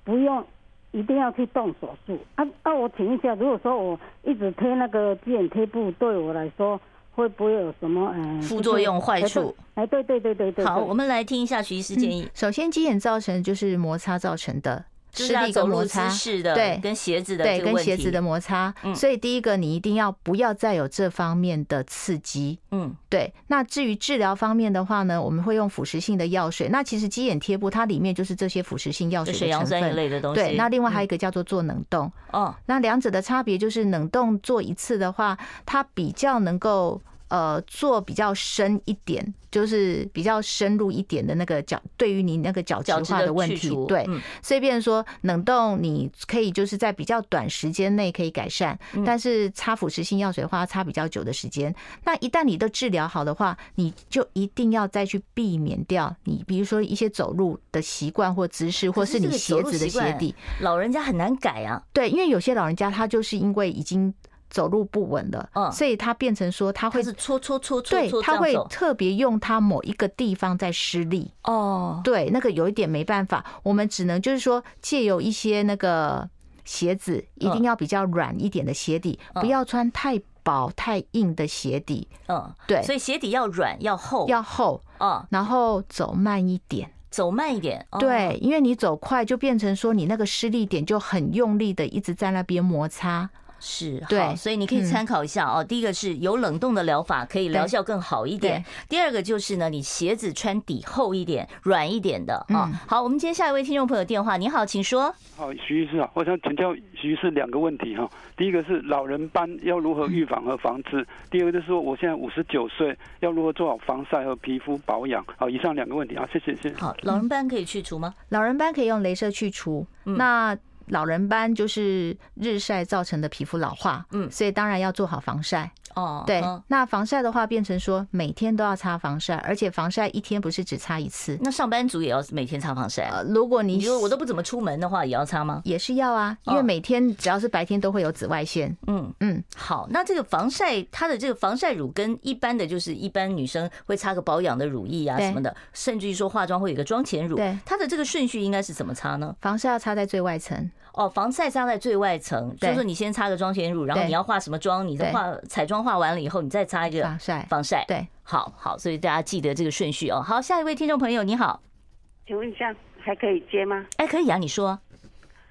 Speaker 10: 不用一定要去动手术啊？啊，我请问一下，如果说我一直贴那个鸡眼贴布，对我来说会不会有什么呃
Speaker 4: 副作用坏处？
Speaker 10: 哎，对哎对对对对对。
Speaker 4: 好，我们来听一下徐医师建议，
Speaker 2: 首先，鸡眼造成就是摩擦造成的，
Speaker 4: 就是
Speaker 2: 施
Speaker 4: 他
Speaker 2: 力
Speaker 4: 走
Speaker 2: 跟
Speaker 4: 路
Speaker 2: 摩
Speaker 4: 姿
Speaker 2: 擦，
Speaker 4: 势的，
Speaker 2: 对
Speaker 4: 跟鞋子的
Speaker 2: 对，
Speaker 4: 这个
Speaker 2: 跟
Speaker 4: 问
Speaker 2: 鞋子
Speaker 4: 题
Speaker 2: 的，摩擦。
Speaker 4: 嗯
Speaker 2: 所以第一个，你一定要不要再有这方面的刺激。
Speaker 4: 嗯
Speaker 2: 对，那至于治疗方面的话呢，我们会用腐蚀性的药水。那其实鸡眼贴布它里面就是这些腐蚀性药
Speaker 4: 就
Speaker 2: 水
Speaker 4: 水
Speaker 2: 的
Speaker 4: 杨
Speaker 2: 成
Speaker 4: 酸一
Speaker 2: 分。
Speaker 4: 类的东西。嗯
Speaker 2: 嗯对，那另外还有一个叫做做冷冻，
Speaker 4: 哦，
Speaker 2: 那两者的差别就是冷冻做一次的话，它比较能够呃做比较深一点，就是比较深入一点的那个角，对于你那个角质
Speaker 4: 角质
Speaker 2: 化
Speaker 4: 的
Speaker 2: 的问
Speaker 4: 去
Speaker 2: 题
Speaker 4: 除，
Speaker 2: 对，
Speaker 4: 嗯
Speaker 2: 所以变成说冷冻你可以就是在比较短时间内可以改善，
Speaker 4: 嗯
Speaker 2: 但是擦腐蚀性药水的话，擦比较久的时间。那一旦你的治疗好的话，你就一定要再去避免掉你比如说一些走路的习惯或姿势，或
Speaker 4: 可是
Speaker 2: 是你
Speaker 4: 这个走
Speaker 2: 鞋
Speaker 4: 路
Speaker 2: 子的
Speaker 4: 习
Speaker 2: 鞋
Speaker 4: 惯
Speaker 2: 底。
Speaker 4: 老人家很难改啊，
Speaker 2: 对，因为有些老人家他就是因为已经走路不稳了，
Speaker 4: 嗯
Speaker 2: 所以他变成说他
Speaker 4: 他
Speaker 2: 会
Speaker 4: 是搓搓搓搓
Speaker 2: 对
Speaker 4: 搓这
Speaker 2: 他
Speaker 4: 样
Speaker 2: 会
Speaker 4: 走
Speaker 2: 特别用他某一个地方在施力。
Speaker 4: 哦，
Speaker 2: 对，那个有一点没办法，我们只能就是说借由一些那个鞋子，一
Speaker 4: 嗯
Speaker 2: 定要比较软一点的鞋底，不要穿太薄太硬的鞋底，
Speaker 4: 嗯，
Speaker 2: 对
Speaker 4: 所以鞋底要软要厚，
Speaker 2: 要厚，
Speaker 4: 哦，
Speaker 2: 然后走慢一点。
Speaker 4: 走慢一点，哦，
Speaker 2: 对，因为你走快就变成说你那个施力点就很用力的一直在那边摩擦。
Speaker 4: 是，
Speaker 2: 对嗯
Speaker 4: 好所以你可以参考一下哦。第一个是有冷冻的疗法，可以疗效更好一点；第二个就是呢，你鞋子穿底厚一点、软一点的啊、哦
Speaker 2: 嗯
Speaker 4: 好，我们接下一位听众朋友电话，你好，请说。
Speaker 8: 好，徐医师啊，我想请教徐医师两个问题哈、第一个是老人斑要如何预防和防治，第二个就是说我现在五十九岁，要如何做好防晒和皮肤保养。好，以上两个问题啊，谢谢谢谢。
Speaker 4: 好，老人斑可以去除吗？
Speaker 2: 老人斑可以用镭射去除，
Speaker 4: 嗯
Speaker 2: 那老人斑就是日晒造成的皮肤老化，
Speaker 4: 嗯
Speaker 2: 所以当然要做好防晒。
Speaker 4: 哦，
Speaker 2: 对
Speaker 4: 嗯，
Speaker 2: 那防晒的话，变成说每天都要擦防晒，而且防晒一天不是只擦一次。
Speaker 4: 那上班族也要每天擦防晒啊？
Speaker 2: 呃，如果
Speaker 4: 你
Speaker 2: 你
Speaker 4: 说我都不怎么出门的话，也要擦吗？
Speaker 2: 也是要啊，因
Speaker 4: 哦
Speaker 2: 为每天只要是白天都会有紫外线，
Speaker 4: 嗯，
Speaker 2: 嗯，
Speaker 4: 好，那这个防晒，它的这个防晒乳跟一般的就是一般女生会擦个保养的乳液啊
Speaker 2: 对
Speaker 4: 什么的，甚至于说化妆会有一个妆前乳
Speaker 2: 对，
Speaker 4: 它的这个顺序应该是怎么擦呢？
Speaker 2: 防晒要擦在最外层，
Speaker 4: 哦，防晒擦在最外层，
Speaker 2: 对
Speaker 4: 就是你先擦个妆前乳，然后
Speaker 2: 对
Speaker 4: 你要化什么妆，你的
Speaker 2: 对
Speaker 4: 化彩妆化完了以后，你再擦一个
Speaker 2: 防晒
Speaker 4: 防晒。，
Speaker 2: 对，
Speaker 4: 好好，所以大家记得这个顺序哦。好，下一位听众朋友你好，
Speaker 11: 请问一下，还可以接吗？
Speaker 4: 哎，可以啊，你说，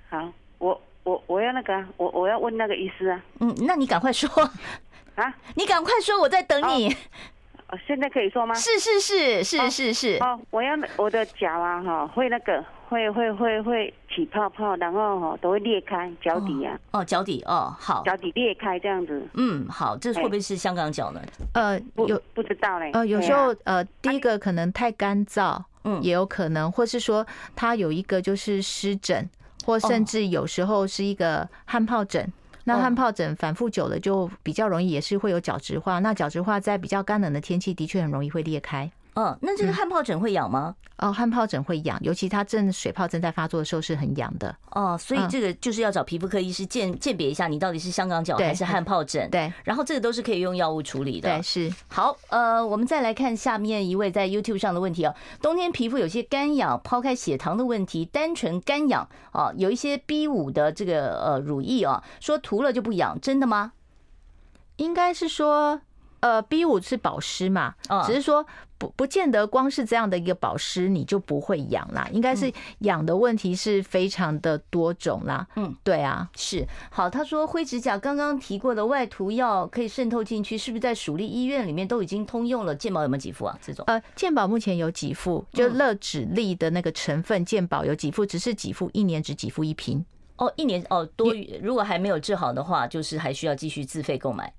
Speaker 11: 好，我我我要那个、啊，我我要问那个医师啊
Speaker 4: 嗯，那你赶快说，
Speaker 11: 啊，
Speaker 4: 你赶快说，我在等你。
Speaker 11: 哦现在可以说吗？
Speaker 4: 是是是是是是，
Speaker 11: 哦，我要那我的脚啊，哈，会那个，会会会会起泡泡，然后哈都会裂开，脚底啊，
Speaker 4: 哦，脚底哦，好，
Speaker 11: 脚底裂开这样子，
Speaker 4: 嗯，好，这会不会是香港脚呢？
Speaker 2: 呃，
Speaker 11: 不
Speaker 2: 有
Speaker 11: 不知道嘞。
Speaker 2: 呃有
Speaker 11: 对
Speaker 2: 时
Speaker 11: 啊
Speaker 2: 候呃，第一个可能太干燥，
Speaker 4: 嗯
Speaker 2: 也有可能，或是说它有一个就是湿疹，或甚至有时候是一个汗疱疹。那
Speaker 4: 哦
Speaker 2: 汗疱疹反复久了就比较容易，也是会有角质化。那角质化在比较干冷的天气，的确很容易会裂开。
Speaker 4: 嗯，那这个汗疱疹会痒吗？
Speaker 2: 哦，汗疱疹会痒，尤其它正水泡正在发作的时候是很痒的。
Speaker 4: 哦，所以
Speaker 2: 嗯
Speaker 4: 这个就是要找皮肤科医师鉴鉴别一下，你到底是香港脚
Speaker 2: 对
Speaker 4: 还是汗疱疹。
Speaker 2: 对
Speaker 4: 然后这个都是可以用药物处理的。
Speaker 2: 对，是
Speaker 4: 好，呃，我们再来看下面一位在 YouTube 上的问题哦。冬天皮肤有些干痒，抛开血糖的问题，单纯干痒哦，有一些 B 五的这个呃乳液哦，说涂了就不痒，真的吗？
Speaker 2: 应该是说，呃，B 五是保湿嘛，只是说不不见得光是这样的一个保湿你就不会痒啦，应该是痒的问题是非常的多种啦。
Speaker 4: 嗯，
Speaker 2: 对啊，
Speaker 4: 是好。他说灰指甲刚刚提过的外涂药可以渗透进去，是不是在属立医院里面都已经通用了？健保有没有几副啊？这种
Speaker 2: 呃，健保目前有几副，就乐芷粒的那个成分，健保有几副，只是几副，一年只几副一瓶。
Speaker 4: 哦，一年哦多余，如果还没有治好的话，就是还需要继续自费购买。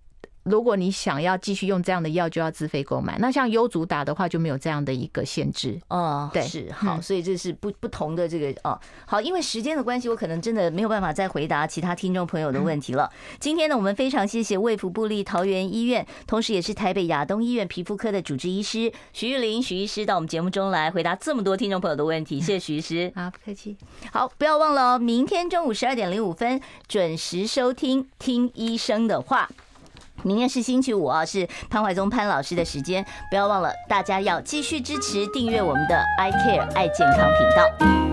Speaker 2: 如果你想要继续用这样的药，就要自费购买。那像优族打的话，就没有这样的一个限制。
Speaker 4: 哦，
Speaker 2: 对
Speaker 4: 是好，
Speaker 2: 嗯
Speaker 4: 所以这是不不同的这个哦，好，因为时间的关系，我可能真的没有办法再回答其他听众朋友的问题 了。今天呢，我们非常谢谢卫福部立桃园医院，同时也是台北亚东医院皮肤科的主治医师徐玉玲徐医师到我们节目中来回答这么多听众朋友的问题，谢谢徐医师。
Speaker 2: 好，不客气。
Speaker 4: 好，不要忘了哦，明天中午十二点零五分准时收听《听医生的话》。明天是星期五啊，是潘怀宗潘老师的时间，不要忘了，大家要继续支持订阅我们的 I Care 爱健康频道。